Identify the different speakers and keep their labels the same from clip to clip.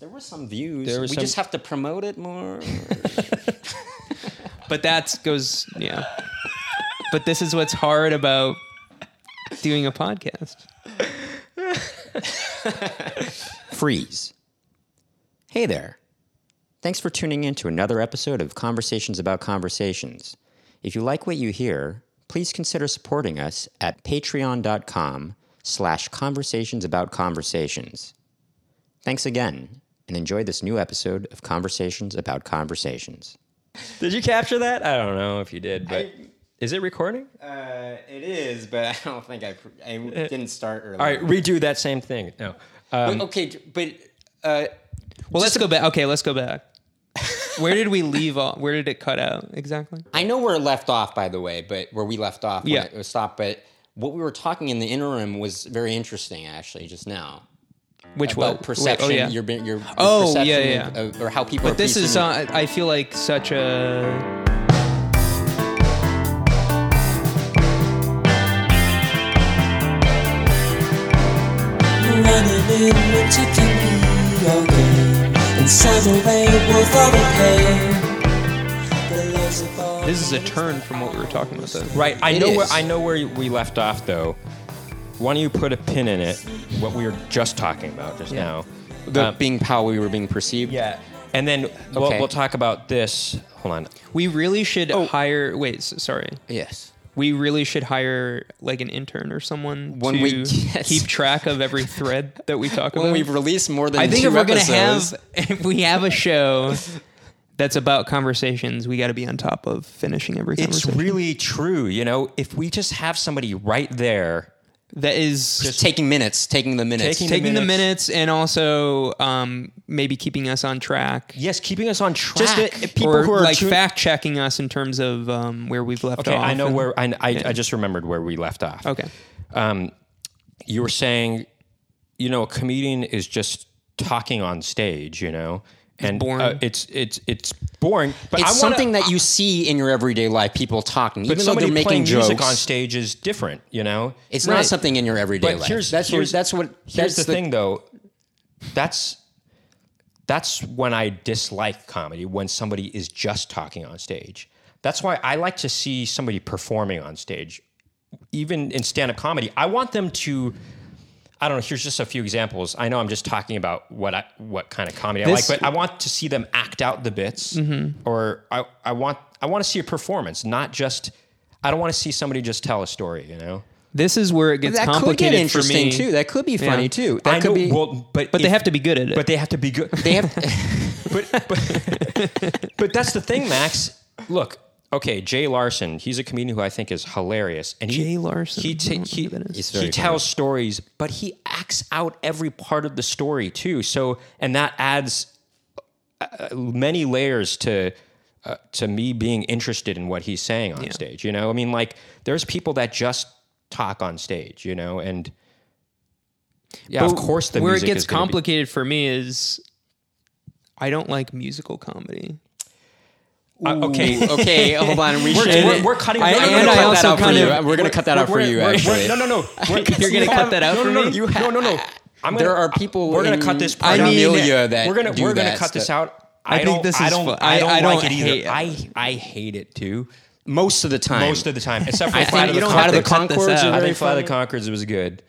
Speaker 1: There were some views.
Speaker 2: There were
Speaker 1: we
Speaker 2: some-
Speaker 1: just have to promote it more.
Speaker 2: But that goes, yeah. but this is what's hard about doing a podcast.
Speaker 1: Freeze. Hey there. Thanks for tuning in to another episode of Conversations About Conversations. If you like what you hear, please consider supporting us at patreon.com slash conversations about conversations. Thanks again, and enjoy this new episode of Conversations About Conversations.
Speaker 2: Did you capture that? I don't know if you did, but
Speaker 1: I-
Speaker 2: is it recording?
Speaker 1: Uh, it is, but I don't think I, I didn't start early.
Speaker 3: Uh, All right, redo that same thing.
Speaker 2: Oh.
Speaker 3: No. Um,
Speaker 1: okay, but uh,
Speaker 2: Well, let's go back. Okay, let's go back. Where did we leave off? Where did it cut out exactly?
Speaker 1: I know where it left off, by the way, but where we left off,
Speaker 2: Yeah.
Speaker 1: when it was stopped. But what we were talking in the interim was very interesting, actually, just now.
Speaker 2: Which
Speaker 1: About
Speaker 2: was
Speaker 1: perception,
Speaker 2: Wait, oh, yeah.
Speaker 1: your, your, your
Speaker 2: Oh,
Speaker 1: perception
Speaker 2: yeah, yeah.
Speaker 1: of- of- or how people.
Speaker 2: But this is, uh, I feel like such a.
Speaker 4: running in winter can be okay. Inside the rain, wolf of the pain. The love's a ball.
Speaker 2: This is a turn from what we were talking about. Though.
Speaker 3: right, I
Speaker 1: It
Speaker 3: know where
Speaker 1: is.
Speaker 3: I know where we left off though. Why don't you put a pin in it? What we were just talking about just now.
Speaker 2: uh,
Speaker 1: the
Speaker 3: Um,
Speaker 1: being how we were being perceived.
Speaker 3: yeah, and then we'll,
Speaker 1: Okay.
Speaker 3: we'll talk about this. Hold on.
Speaker 2: We really should
Speaker 1: Oh.
Speaker 2: hire. Wait, s- sorry.
Speaker 1: Yes.
Speaker 2: We really should hire like an intern or someone
Speaker 1: When
Speaker 2: to
Speaker 1: we- yes.
Speaker 2: keep track of every thread that we talk
Speaker 1: When
Speaker 2: about.
Speaker 1: we've released more than
Speaker 2: I think
Speaker 1: two
Speaker 2: if we're gonna
Speaker 1: episodes-
Speaker 2: have if we have a show that's about conversations, we got to be on top of finishing every
Speaker 3: It's
Speaker 2: conversation.
Speaker 3: really true, you know. If we just have somebody right there,
Speaker 2: that is
Speaker 1: just taking minutes, taking the minutes,
Speaker 3: Taking the
Speaker 2: taking the minutes.
Speaker 3: minutes.
Speaker 2: and also um, maybe keeping us on track.
Speaker 3: yes, keeping us on track.
Speaker 1: Just that if people
Speaker 2: or
Speaker 1: who are
Speaker 2: like
Speaker 1: tune-
Speaker 2: fact checking us in terms of um, where we've left
Speaker 3: okay,
Speaker 2: off.
Speaker 3: I know
Speaker 2: and-
Speaker 3: where I, I,
Speaker 2: Yeah.
Speaker 3: I just remembered where we left off.
Speaker 2: Okay,
Speaker 3: um, you were saying, you know, a comedian is just talking on stage, you know, and
Speaker 2: boring.
Speaker 3: uh, it's it's it's boring. But
Speaker 1: it's
Speaker 3: I wanna,
Speaker 1: something that you see in your everyday life. People talking,
Speaker 3: but
Speaker 1: even though
Speaker 3: somebody
Speaker 1: they're making
Speaker 3: playing
Speaker 1: jokes
Speaker 3: music on stage is different, you know.
Speaker 1: It's
Speaker 2: Right.
Speaker 1: not something in your everyday
Speaker 3: But
Speaker 1: life.
Speaker 3: here's-
Speaker 1: that's
Speaker 3: here's-
Speaker 1: what, that's what
Speaker 3: Here's
Speaker 1: that's
Speaker 3: the, thing, though. That's that's when I dislike comedy when somebody is just talking on stage. That's why I like to see somebody performing on stage, even in stand-up comedy. I want them to. I don't know. Here's just a few examples. I know I'm just talking about what I, what kind of comedy
Speaker 2: This-
Speaker 3: I like, but I want to see them act out the bits, or I, I want I want to see a performance, not just. I don't want to see somebody just tell a story. You know.
Speaker 2: this is where it gets
Speaker 1: that could
Speaker 2: complicated
Speaker 1: get interesting
Speaker 2: for me.
Speaker 1: too. That could be funny
Speaker 2: Yeah.
Speaker 1: too. That
Speaker 3: I
Speaker 1: could
Speaker 3: know-
Speaker 1: be.
Speaker 3: well, but
Speaker 2: But they
Speaker 3: if-
Speaker 2: have to be good at it.
Speaker 3: But they have to be good.
Speaker 1: they have.
Speaker 3: but, but, but that's the thing, Max. Look, okay, Jay Larson, he's a comedian who I think is hilarious. And he,
Speaker 2: Jay Larson,
Speaker 3: he,
Speaker 2: I
Speaker 3: ta-
Speaker 2: don't
Speaker 3: he,
Speaker 2: know who that is.
Speaker 1: He's
Speaker 3: he
Speaker 1: very
Speaker 3: tells stories, but he acts out every part of the story too. So, and that adds uh, many layers to. Uh, to me being interested in what he's saying on stage you know i mean like there's people that just talk on stage you know and yeah of
Speaker 2: But
Speaker 3: course the
Speaker 2: where
Speaker 3: music
Speaker 2: it gets
Speaker 3: is gonna be-
Speaker 2: complicated for me is I don't like musical comedy.
Speaker 3: Uh, okay
Speaker 1: okay, hold on. We
Speaker 3: We're,
Speaker 1: should.
Speaker 3: we're, we're cutting.
Speaker 2: I-
Speaker 3: no, no, no,
Speaker 2: and
Speaker 3: no,
Speaker 2: I
Speaker 3: cut
Speaker 2: also
Speaker 3: that out for
Speaker 2: kind
Speaker 3: you.
Speaker 2: of-
Speaker 1: we're gonna cut that out for
Speaker 3: We're-
Speaker 1: you,
Speaker 3: we're-
Speaker 1: actually.
Speaker 3: No, no, no. We're-
Speaker 2: You're gonna
Speaker 3: you
Speaker 2: cut
Speaker 3: have-
Speaker 2: that out
Speaker 3: no,
Speaker 2: for
Speaker 3: no, no,
Speaker 2: me?
Speaker 3: You have, no, no, no. I'm gonna,
Speaker 1: There are people
Speaker 3: We're gonna
Speaker 1: in
Speaker 3: cut this
Speaker 1: I
Speaker 3: part out.
Speaker 1: mean, Amelia that
Speaker 3: we're gonna
Speaker 1: do
Speaker 3: we're gonna
Speaker 1: that
Speaker 3: cut this
Speaker 1: stuff.
Speaker 3: out.
Speaker 2: I think
Speaker 3: don't-
Speaker 2: this is
Speaker 3: I don't,
Speaker 2: fu- I-
Speaker 3: I don't
Speaker 2: I
Speaker 3: like
Speaker 2: don't
Speaker 3: it
Speaker 2: hate-
Speaker 3: either. I I hate it too.
Speaker 1: most of the time.
Speaker 3: Most of the time, except for
Speaker 1: I
Speaker 3: Flight
Speaker 1: think
Speaker 3: of
Speaker 1: you
Speaker 3: the
Speaker 1: don't have to
Speaker 3: Conchords.
Speaker 2: cut
Speaker 1: cut
Speaker 2: this
Speaker 1: this
Speaker 2: out.
Speaker 3: I
Speaker 2: very
Speaker 3: think Flight of the Conchords was good.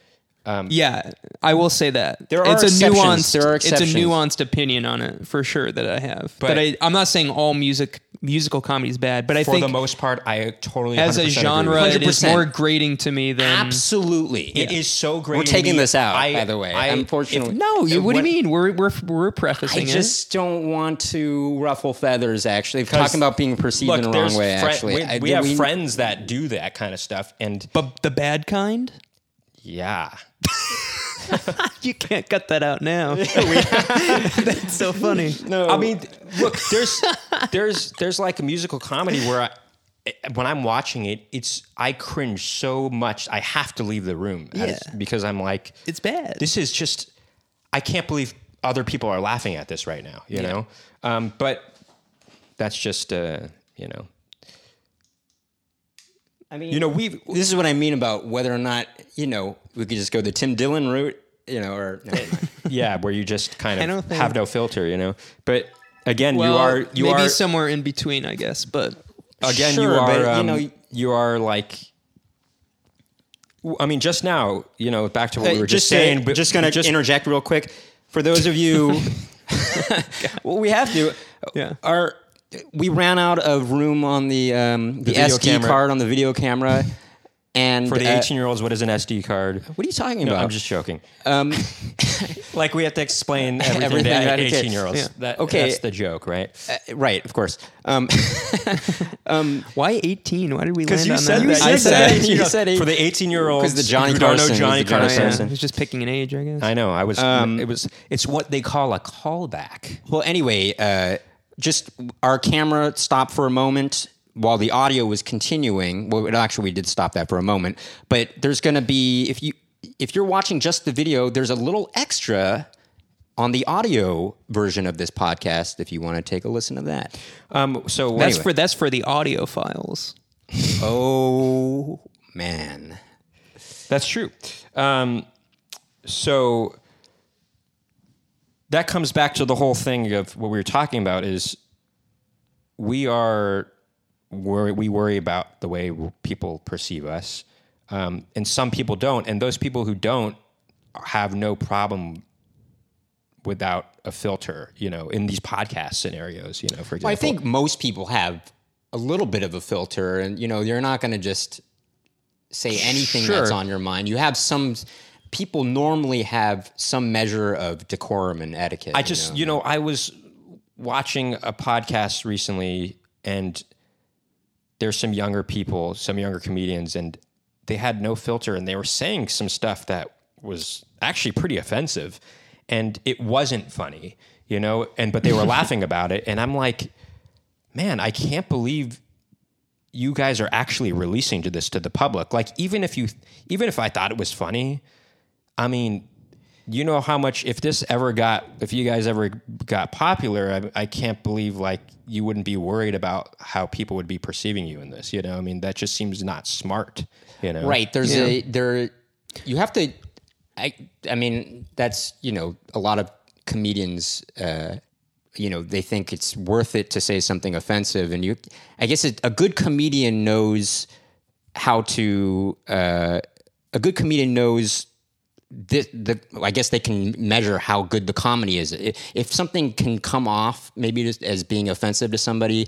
Speaker 2: Yeah, I will say that
Speaker 1: There are
Speaker 2: it's a
Speaker 1: exceptions.
Speaker 2: nuanced.
Speaker 1: There are
Speaker 2: It's
Speaker 1: exceptions.
Speaker 2: a nuanced opinion on it for sure that I have. But,
Speaker 3: But-
Speaker 2: I, I'm not saying all music musical comedy is bad. But I
Speaker 3: For
Speaker 2: think
Speaker 3: the most part, I totally
Speaker 2: as a
Speaker 3: 100% agree with
Speaker 2: genre,
Speaker 3: you.
Speaker 2: it is
Speaker 1: 100%.
Speaker 2: more grating to me than
Speaker 1: Absolutely,
Speaker 3: It is so great.
Speaker 1: We're taking
Speaker 3: We-
Speaker 1: this out,
Speaker 3: I-
Speaker 1: by the way.
Speaker 3: I-
Speaker 1: unfortunately,
Speaker 2: No, you, what,
Speaker 3: What-
Speaker 2: do you mean? We're we're we're prefacing
Speaker 1: I just don't want to ruffle feathers. Actually, talking about being perceived
Speaker 3: Look,
Speaker 1: in the
Speaker 3: there's
Speaker 1: wrong way.
Speaker 3: fri-
Speaker 1: Actually,
Speaker 3: we,
Speaker 1: I-
Speaker 3: we
Speaker 1: did
Speaker 3: have friends that do that kind of stuff, and
Speaker 2: it, but the bad kind.
Speaker 3: yeah.
Speaker 2: You can't cut that out now. That's so funny.
Speaker 3: I mean, look, there's there's there's like a musical comedy where I, eh, when I'm watching it, it's I cringe so much I have to leave the room as-
Speaker 2: Yeah.
Speaker 3: because I'm like
Speaker 2: It's bad.
Speaker 3: This is just I can't believe other people are laughing at this right now, you know? Um, but that's just uh, you know.
Speaker 1: I mean,
Speaker 3: You know, we've
Speaker 1: this is what I mean about whether or not you know we could just go the Tim Dillon route. You know, or never mind.
Speaker 3: yeah, where you just kind
Speaker 2: I
Speaker 3: of
Speaker 2: don't think-
Speaker 3: have no filter, you know. But again,
Speaker 2: Well,
Speaker 3: you are you
Speaker 2: maybe
Speaker 3: are
Speaker 2: somewhere in between, I guess. But
Speaker 3: again you
Speaker 1: Sure,
Speaker 3: are
Speaker 1: but, you
Speaker 3: um,
Speaker 1: know-
Speaker 3: you are like I mean, just now, you know, back to what we
Speaker 1: Hey,
Speaker 3: were just,
Speaker 1: Uh, just
Speaker 3: saying.
Speaker 1: say-
Speaker 3: but
Speaker 1: just gonna interject real quick for those of you. well, we have to.
Speaker 2: Yeah.
Speaker 1: Our we ran out of room on the um, the,
Speaker 3: video
Speaker 1: SD
Speaker 3: camera.
Speaker 1: card on the video camera, and
Speaker 3: for the
Speaker 1: uh,
Speaker 3: eighteen-year-olds, what is an SD card?
Speaker 1: what are you talking
Speaker 3: No,
Speaker 1: about?
Speaker 3: I'm just joking.
Speaker 1: um,
Speaker 3: Like we have to explain everything,
Speaker 1: Everything
Speaker 3: to
Speaker 1: about a kid.
Speaker 3: eighteen-year-olds.
Speaker 2: Yeah.
Speaker 3: That,
Speaker 1: Okay. Uh,
Speaker 3: that's the joke, right?
Speaker 1: right, of course. Um,
Speaker 2: why 18? Why did we land
Speaker 1: you
Speaker 2: on
Speaker 1: said
Speaker 2: that?
Speaker 1: that. You
Speaker 2: I
Speaker 1: said that. You
Speaker 3: you know,
Speaker 1: said eight-
Speaker 3: for the eighteen-year-olds
Speaker 1: 'Cause the Johnny
Speaker 3: who don't know
Speaker 1: Carson is
Speaker 3: Johnny
Speaker 1: the Johnny
Speaker 3: Carson.
Speaker 2: Yeah,
Speaker 1: Carson.
Speaker 2: I was just picking an age, I guess.
Speaker 3: I know. I was.
Speaker 1: Um,
Speaker 3: it was. It's what they call a callback.
Speaker 1: well, anyway, uh, just our camera stopped for a moment while the audio was continuing. Well, it actually, we did stop that for a moment, but there's going to be if you if you're watching just the video, there's a little extra on the audio version of this podcast if you want to take a listen to that.
Speaker 3: Um. So
Speaker 2: That's
Speaker 3: anyway.
Speaker 2: for that's for the audio files.
Speaker 1: Oh man.
Speaker 3: That's true. Um, so that comes back to the whole thing of what we were talking about is we are worry, we worry about the way people perceive us, um, and some people don't, and those people who don't have no problem without a filter. You know, in these podcast scenarios, you know, for example,
Speaker 1: Well, I think most people have a little bit of a filter, and you know, you're not going to just say anything that's
Speaker 3: Sure.
Speaker 1: on your mind. You have some people normally have some measure of decorum and etiquette.
Speaker 3: I just, you know, I was watching a podcast recently and there's some younger people, some younger comedians, and they had no filter and they were saying some stuff that was actually pretty offensive and it wasn't funny, you know, and but they were laughing about it. And I'm like, man, I can't believe you guys are actually releasing to this to the public. Like, even if you, even if I thought it was funny, I mean, you know how much if this ever got if you guys ever got popular I, I can't believe like you wouldn't be worried about how people would be perceiving you in this you know i mean that just seems not smart you know
Speaker 1: right? There's a there. You have to. I I mean, that's you know, a lot of comedians. Uh, you know, they think it's worth it to say something offensive, and you. I guess it, a good comedian knows how to. Uh, a good comedian knows the, the I guess they can measure how good the comedy is. I- If something can come off maybe just as being offensive to somebody,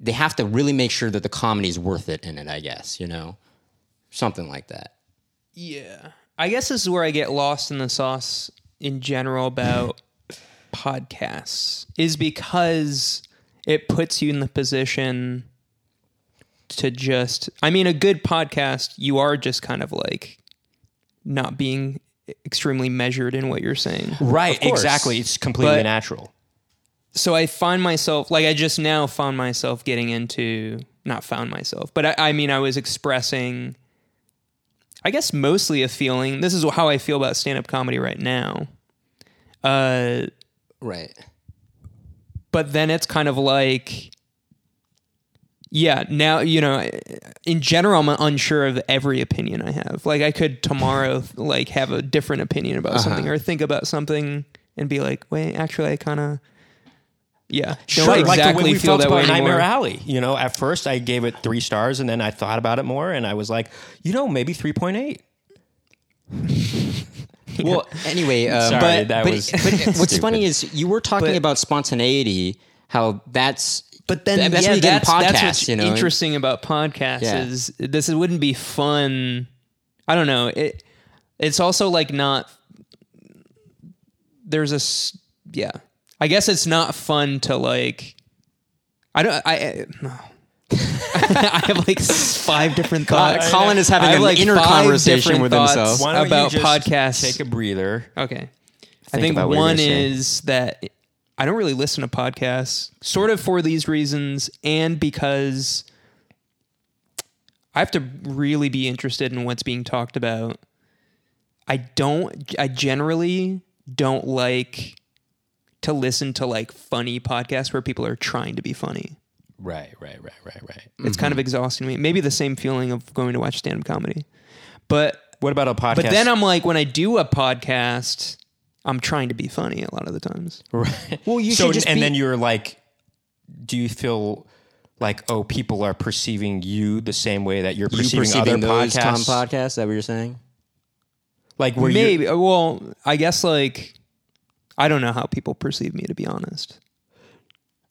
Speaker 1: they have to really make sure that the comedy is worth it in it. I guess you know, something like that.
Speaker 2: Yeah. I guess this is where I get lost in the sauce in general about podcasts is because it puts you in the position to just I mean a good podcast you are just kind of like not being extremely measured in what you're saying.
Speaker 3: right
Speaker 1: course.
Speaker 3: exactly it's completely
Speaker 2: But-
Speaker 3: natural
Speaker 2: so I find myself like I just now found myself getting into not found myself, but I, I mean I was expressing I guess mostly a feeling. This is how I feel about stand up comedy right now. Uh
Speaker 1: Right.
Speaker 2: but then it's kind of like yeah now you know in general i'm unsure of every opinion i have like i could tomorrow like have a different opinion
Speaker 3: Uh-huh.
Speaker 2: about something or think about something and be like wait actually i kind of yeah don't
Speaker 3: Right,
Speaker 2: exactly
Speaker 3: like the way we
Speaker 2: feel
Speaker 3: felt
Speaker 2: that
Speaker 3: about
Speaker 2: way
Speaker 3: Nightmare
Speaker 2: anymore.
Speaker 3: Alley. You know, at first I gave it three stars, and then I thought about it more, and I was like, you know, maybe three point eight.
Speaker 1: Well, anyway, um,
Speaker 3: Sorry,
Speaker 1: but,
Speaker 3: that
Speaker 1: but-
Speaker 3: was
Speaker 1: but what's
Speaker 3: stupid.
Speaker 1: funny is you were talking
Speaker 2: But-
Speaker 1: about spontaneity, how that's
Speaker 2: but then
Speaker 1: that's
Speaker 2: yeah,
Speaker 1: what you
Speaker 2: that's,
Speaker 1: get in podcasts,
Speaker 2: that's what's
Speaker 1: you know. and-
Speaker 2: interesting about podcasts
Speaker 1: Yeah.
Speaker 2: is this it wouldn't be fun. I don't know. It it's also like not there's a s- yeah. I guess it's not fun to like I don't I, I I have like five different thoughts.
Speaker 1: Uh, Colin is having
Speaker 2: I have
Speaker 1: an
Speaker 2: like
Speaker 1: inner
Speaker 2: five
Speaker 1: conversation
Speaker 2: different
Speaker 1: with
Speaker 2: thoughts.
Speaker 1: himself.
Speaker 2: Why don't you About just podcasts.
Speaker 3: Take a breather.
Speaker 2: Okay. I think
Speaker 3: about what you're
Speaker 2: one
Speaker 3: gonna say.
Speaker 2: is that I don't really listen to podcasts, sort of for these reasons, and because I have to really be interested in what's being talked about. I don't, I generally don't like to listen to like funny podcasts where people are trying to be funny.
Speaker 3: Right, right, right, right, right.
Speaker 2: It's kind of exhausting to me. Maybe the same feeling of going to watch stand up comedy. But
Speaker 3: What about a podcast?
Speaker 2: but then I'm like, when I do a podcast, I'm trying to be funny a lot of the times.
Speaker 3: Right.
Speaker 1: Well, you
Speaker 3: so,
Speaker 1: should just
Speaker 3: and
Speaker 1: be-
Speaker 3: then you're like, do you feel like oh, people are perceiving you the same way that you're
Speaker 1: You
Speaker 3: perceiving,
Speaker 1: perceiving
Speaker 3: other
Speaker 1: those com
Speaker 3: podcasts?
Speaker 1: podcasts? Is that what you're saying?
Speaker 3: like where you
Speaker 2: Maybe. uh, Well, I guess like I don't know how people perceive me to be honest.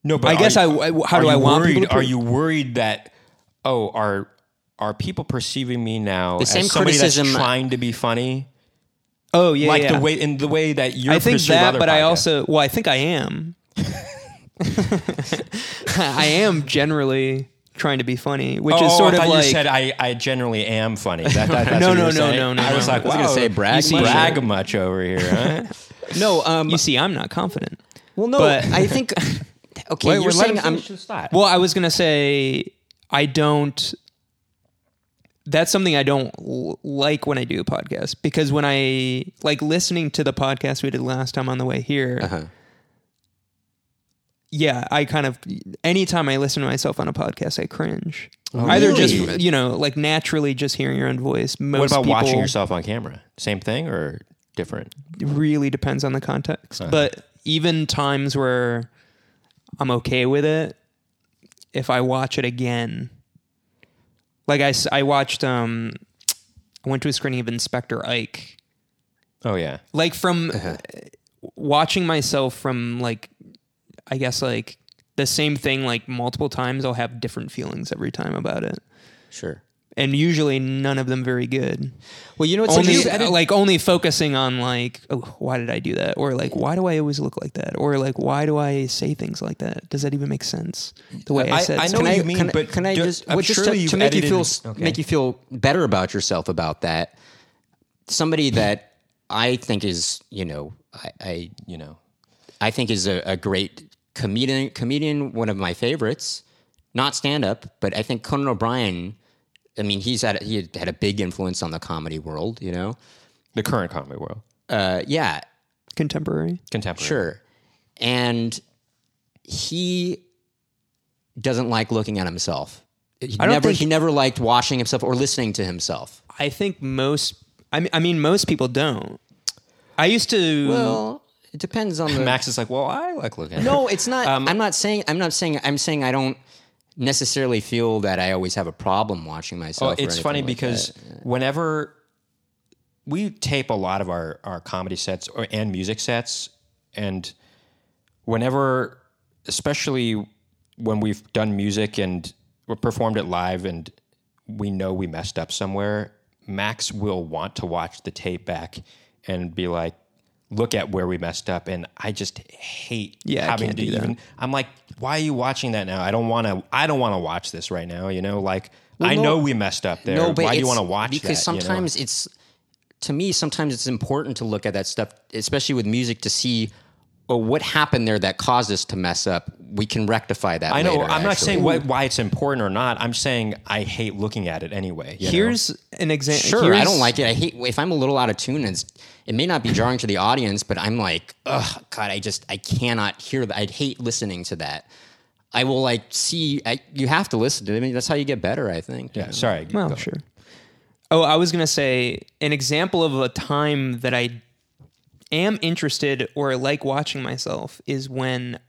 Speaker 3: no,
Speaker 2: I
Speaker 3: but
Speaker 2: guess
Speaker 3: are-
Speaker 2: I- I- how
Speaker 3: are
Speaker 2: do I
Speaker 3: you
Speaker 2: want people
Speaker 3: worried-
Speaker 2: to
Speaker 3: Are
Speaker 2: per-
Speaker 3: you worried that oh are are people perceiving me now the as
Speaker 1: same
Speaker 3: somebody
Speaker 1: criticism-
Speaker 3: that's trying to be funny,
Speaker 2: Oh yeah,
Speaker 3: like
Speaker 2: yeah.
Speaker 3: the way in the way that you're
Speaker 2: I think
Speaker 3: perceived
Speaker 2: that,
Speaker 3: other
Speaker 2: but I
Speaker 3: podcasts?
Speaker 2: also well, I think I am. I am generally trying to be funny, which
Speaker 3: oh,
Speaker 2: is sort
Speaker 3: I
Speaker 2: of
Speaker 3: thought
Speaker 2: like
Speaker 3: you said I, I generally am funny. That, that, that's
Speaker 2: No,
Speaker 3: what
Speaker 2: no,
Speaker 3: you were
Speaker 2: no,
Speaker 3: saying.
Speaker 2: no, no,
Speaker 3: I was
Speaker 2: no.
Speaker 3: like,
Speaker 2: I was
Speaker 1: gonna
Speaker 3: wow,
Speaker 1: say brag
Speaker 3: you see
Speaker 1: much.
Speaker 3: brag much over here, huh?
Speaker 1: No. Um.
Speaker 2: you see, I'm not confident.
Speaker 1: well, no.
Speaker 2: but-
Speaker 1: I think. Okay,
Speaker 3: Wait,
Speaker 1: you're
Speaker 3: wait, let him
Speaker 1: saying I'm.
Speaker 3: finish his thought.
Speaker 2: Well, I was gonna say I don't. That's something I don't l- like when I do a podcast because when I like listening to the podcast we did last time on the way here,
Speaker 1: Uh-huh.
Speaker 2: yeah, I kind of anytime I listen to myself on a podcast, I cringe. Either
Speaker 1: really?
Speaker 2: just you know, like naturally just hearing your own voice. Most
Speaker 3: Oh, What about
Speaker 2: people,
Speaker 3: watching yourself on camera? Same thing or different?
Speaker 2: really depends on the context. But even times where I'm okay with it, if I watch it again, like I, s- I watched, um, I went to a screening of Inspector Ike.
Speaker 3: Oh yeah.
Speaker 2: Like from uh, watching myself from like, I guess like the same thing like multiple times, I'll have different feelings every time about it.
Speaker 1: Sure.
Speaker 2: And usually none of them very good
Speaker 1: Well, you know what's
Speaker 2: only
Speaker 1: interesting?
Speaker 2: like only focusing on like oh, why did I do that or like why do I always look like that or like why do I say things like that? Does that even make sense? The way I, said
Speaker 3: I know
Speaker 2: something?
Speaker 3: what
Speaker 1: I-
Speaker 3: you mean,
Speaker 1: can, I-
Speaker 3: but
Speaker 1: can I
Speaker 3: do-
Speaker 1: just,
Speaker 3: I'm
Speaker 1: well, just
Speaker 3: surely
Speaker 1: to,
Speaker 3: you
Speaker 1: to make you
Speaker 3: edited-
Speaker 1: feel s-
Speaker 3: okay.
Speaker 1: make you feel better about yourself about that? Somebody that I think is you know I, I
Speaker 3: You know.
Speaker 1: I think is a, a great comedian. Comedian, one of my favorites. Not stand up, but I think Conan O'Brien. I mean, he's had he had a big influence on the comedy world. You know,
Speaker 3: The current comedy world.
Speaker 1: uh, yeah,
Speaker 2: contemporary.
Speaker 3: Contemporary.
Speaker 1: sure. And he doesn't like looking at himself. He
Speaker 2: don't
Speaker 1: never
Speaker 2: think-
Speaker 1: he never liked watching himself or listening to himself.
Speaker 2: I think most. I mean, I mean, most people don't. I used to.
Speaker 1: Well, it depends on the
Speaker 3: Max Um, is like, well, I like looking. at
Speaker 1: No, it's not. I'm not saying. I'm not saying. I'm saying I don't necessarily feel that I always have a problem watching
Speaker 3: Oh,
Speaker 1: myself. or
Speaker 3: it's funny
Speaker 1: anything like
Speaker 3: because
Speaker 1: that.
Speaker 3: whenever we tape a lot of our, our comedy sets or, and music sets, and whenever, especially when we've done music and we performed it live and we know we messed up somewhere, Max will want to watch the tape back and be like, look at where we messed up. And I just hate
Speaker 2: Yeah, I
Speaker 3: having
Speaker 2: can't
Speaker 3: to
Speaker 2: do that.
Speaker 3: even, I'm like, why are you watching that now? I don't want to, I don't want to watch this right now. You know, like I
Speaker 1: no-
Speaker 3: know we messed up there.
Speaker 1: no, but
Speaker 3: Why do you
Speaker 1: it's-
Speaker 3: want to watch
Speaker 1: Because
Speaker 3: that, you know?
Speaker 1: sometimes it's to me. Sometimes it's important to look at that stuff, especially with music, to see. Oh, what happened there that caused us to mess up? We can rectify that.
Speaker 3: I know.
Speaker 1: later,
Speaker 3: I'm not
Speaker 1: actually.
Speaker 3: saying why, why it's important or not. I'm saying I hate looking at it anyway. you know?
Speaker 2: here's an example.
Speaker 1: Sure, I don't like it. I hate if I'm a little out of tune. It's, it may not be jarring to the audience, but I'm like, ugh, God, I just I cannot hear that. I'd hate listening to that. I will like see. I, you have to listen to it. I mean, that's how you get better. I think.
Speaker 3: Yeah, sorry.
Speaker 2: Well,
Speaker 3: Go.
Speaker 2: sure. Oh, I was gonna say an example of a time that I am interested or like watching myself is when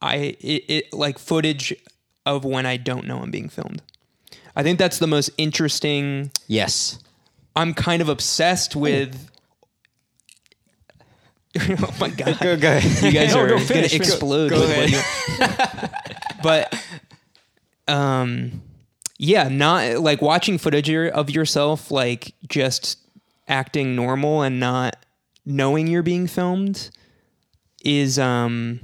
Speaker 2: I it, it like footage of when I don't know I'm being filmed. I think that's the most interesting.
Speaker 1: Yes.
Speaker 2: I'm kind of obsessed with. oh my god! You guys
Speaker 3: No,
Speaker 2: are
Speaker 3: no,
Speaker 2: gonna
Speaker 3: finish, finish.
Speaker 2: explode. with what you- but, um, yeah, not like watching footage your- of yourself, like just acting normal and not knowing you're being filmed, is um,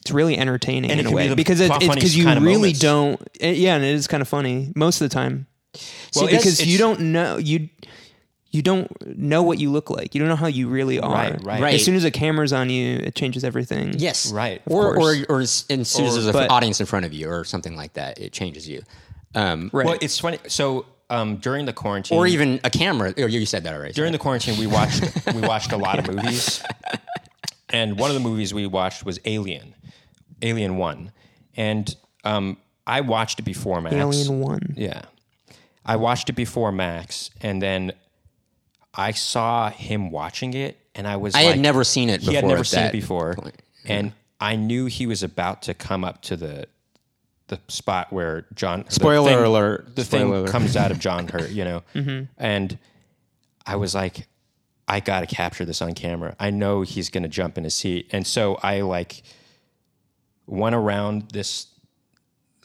Speaker 2: it's really entertaining
Speaker 3: And
Speaker 2: in
Speaker 3: it
Speaker 2: a
Speaker 3: can be
Speaker 2: way
Speaker 3: the
Speaker 2: because it, it's because
Speaker 3: funniest
Speaker 2: you
Speaker 3: kind of
Speaker 2: really
Speaker 3: moments.
Speaker 2: don't. eh, yeah, and it is kind of funny most of the time. See,
Speaker 3: Well,
Speaker 2: because
Speaker 3: it's-
Speaker 2: you
Speaker 3: it's-
Speaker 2: don't know you. You don't know what you look like. You don't know how you really are.
Speaker 3: Right, right.
Speaker 1: Right.
Speaker 2: As soon as a camera's on you, it changes everything.
Speaker 1: Yes.
Speaker 3: Right, of
Speaker 1: Or or
Speaker 2: course.
Speaker 1: or as soon as there's an
Speaker 2: but-
Speaker 1: audience in front of you or something like that, it changes you. Um,
Speaker 2: Right.
Speaker 3: Well, it's funny. So um, during the quarantine,
Speaker 1: Or even a camera. Oh, you said that already.
Speaker 3: during the quarantine, we watched we watched a lot of movies, and one of the movies we watched was Alien, Alien One, and um, I watched it before Max.
Speaker 2: Alien One.
Speaker 3: Yeah. I watched it before Max, and then I saw him watching it, and I was
Speaker 1: I
Speaker 3: like,
Speaker 1: had never seen it
Speaker 3: he
Speaker 1: before.
Speaker 3: had never
Speaker 1: at
Speaker 3: seen it
Speaker 1: that
Speaker 3: before,
Speaker 1: point.
Speaker 3: and I knew he was about to come up to the the spot where John the
Speaker 5: Spoiler
Speaker 3: thing-
Speaker 5: alert.
Speaker 3: the
Speaker 5: Spoiler
Speaker 3: thing
Speaker 5: alert.
Speaker 3: comes out of John Hurt, you know, and I was like, I gotta capture this on camera. I know he's gonna jump in his seat, and so I like went around this.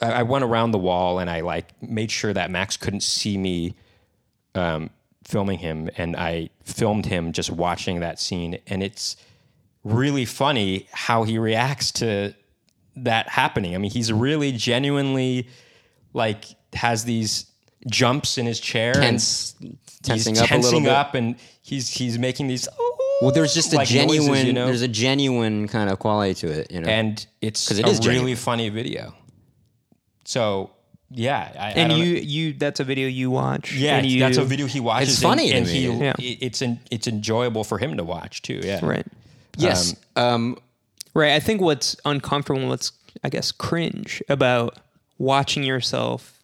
Speaker 3: I, I went around the wall and I like made sure that Max couldn't see me um, filming him, and I filmed him just watching that scene, and it's really funny how he reacts to that happening. I mean, he's really genuinely like has these jumps in his chair
Speaker 1: Tense,
Speaker 3: and he's
Speaker 1: tensing up a little
Speaker 3: tensing
Speaker 1: bit.
Speaker 3: up and he's he's making these
Speaker 1: Well, there's just a
Speaker 3: like, noises,
Speaker 1: genuine.
Speaker 3: you know?
Speaker 1: There's a genuine kind of quality to it. You know,
Speaker 3: and it's
Speaker 1: 'Cause it
Speaker 3: a
Speaker 1: is genuine.
Speaker 3: really funny video. So yeah, I, I
Speaker 2: And
Speaker 3: don't know.
Speaker 2: you, you, that's a video you watch.
Speaker 3: yeah,
Speaker 2: and you,
Speaker 3: that's a video he watches.
Speaker 1: It's funny to
Speaker 3: and, and
Speaker 1: me.
Speaker 3: he
Speaker 2: Yeah.
Speaker 3: it- it's en- it's enjoyable for him to watch too. Yeah,
Speaker 2: Right.
Speaker 1: yes, um,
Speaker 2: Right. I think what's uncomfortable, what's I guess cringe about watching yourself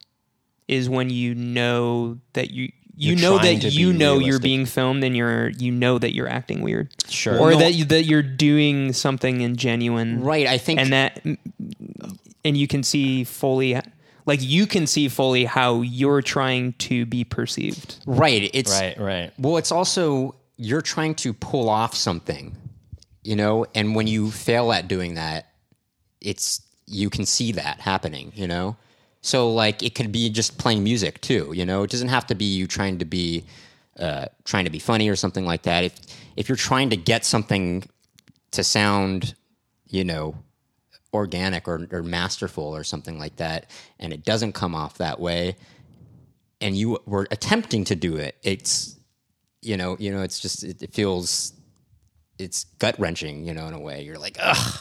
Speaker 2: is when you know that you you
Speaker 3: You're
Speaker 2: know
Speaker 3: trying
Speaker 2: that
Speaker 3: to
Speaker 2: you
Speaker 3: be
Speaker 2: know you're
Speaker 3: realistic.
Speaker 2: being filmed and you're you know that you're acting weird.
Speaker 3: Sure.
Speaker 2: Or
Speaker 3: Well,
Speaker 2: that you, that you're doing something ingenuine.
Speaker 1: right. I think
Speaker 2: And that and you can see fully like you can see fully how you're trying to be perceived.
Speaker 1: right. It's
Speaker 3: Right, right.
Speaker 1: Well, it's also you're trying to pull off something, you know, and when you fail at doing that, it's you can see that happening, you know. So like it could be just playing music too, you know. It doesn't have to be you trying to be uh, trying to be funny or something like that. If if you're trying to get something to sound, you know, organic or, or masterful or something like that, and it doesn't come off that way, and you were attempting to do it, it's you know, you know, it's just it, it feels it's gut wrenching, you know, in a way. You're like, ugh,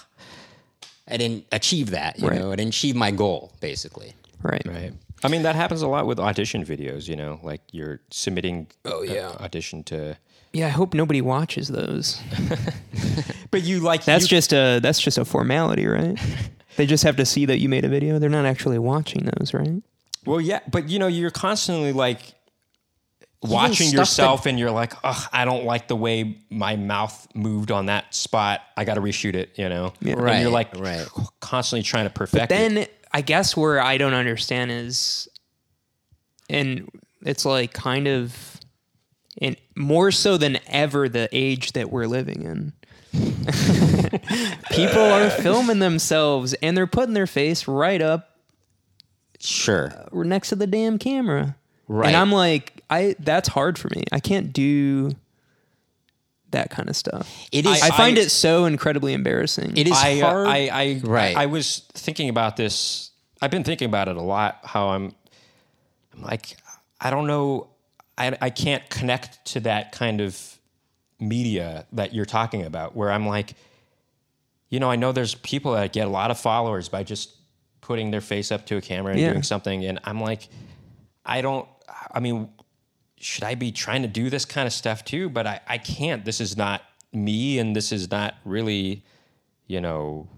Speaker 1: I didn't achieve that, you
Speaker 2: Right.
Speaker 1: know, I didn't achieve my goal, basically.
Speaker 2: Right.
Speaker 3: Right. I mean, that happens a lot with audition videos. You know, like you're submitting oh
Speaker 1: yeah.
Speaker 3: audition to,
Speaker 2: Yeah, I hope nobody watches those.
Speaker 3: but you like
Speaker 2: That's
Speaker 3: you-
Speaker 2: just a that's just a formality, right? they just have to see that you made a video. They're not actually watching those, right?
Speaker 3: well, yeah, but you know, you're constantly like watching
Speaker 1: stuff that-
Speaker 3: yourself, and you're like, ugh, I don't like the way my mouth moved on that spot. I got to reshoot it. You know, And you're
Speaker 1: Right,
Speaker 3: like
Speaker 1: right.
Speaker 3: constantly trying to perfect. it.
Speaker 2: Then I guess where I don't understand is and it's like kind of and more so than ever the age that we're living in. People are filming themselves and they're putting their face right up
Speaker 1: Sure.
Speaker 2: we're next to the damn camera.
Speaker 1: Right.
Speaker 2: And I'm like, I that's hard for me. I can't do that kind of stuff.
Speaker 1: It is
Speaker 2: I find
Speaker 3: I-
Speaker 2: it so incredibly embarrassing.
Speaker 1: it is
Speaker 3: I, uh,
Speaker 1: hard.
Speaker 3: I, I,
Speaker 1: Right.
Speaker 3: I, was thinking about this. I've been thinking about it a lot. How I'm, I'm like, I don't know. I, I can't connect to that kind of media that you're talking about, where I'm like, you know, I know there's people that get a lot of followers by just putting their face up to a camera and
Speaker 2: Yeah.
Speaker 3: doing something, and I'm like, I don't. I mean, should I be trying to do this kind of stuff too? But I, I can't. This is not me, and this is not really, you know,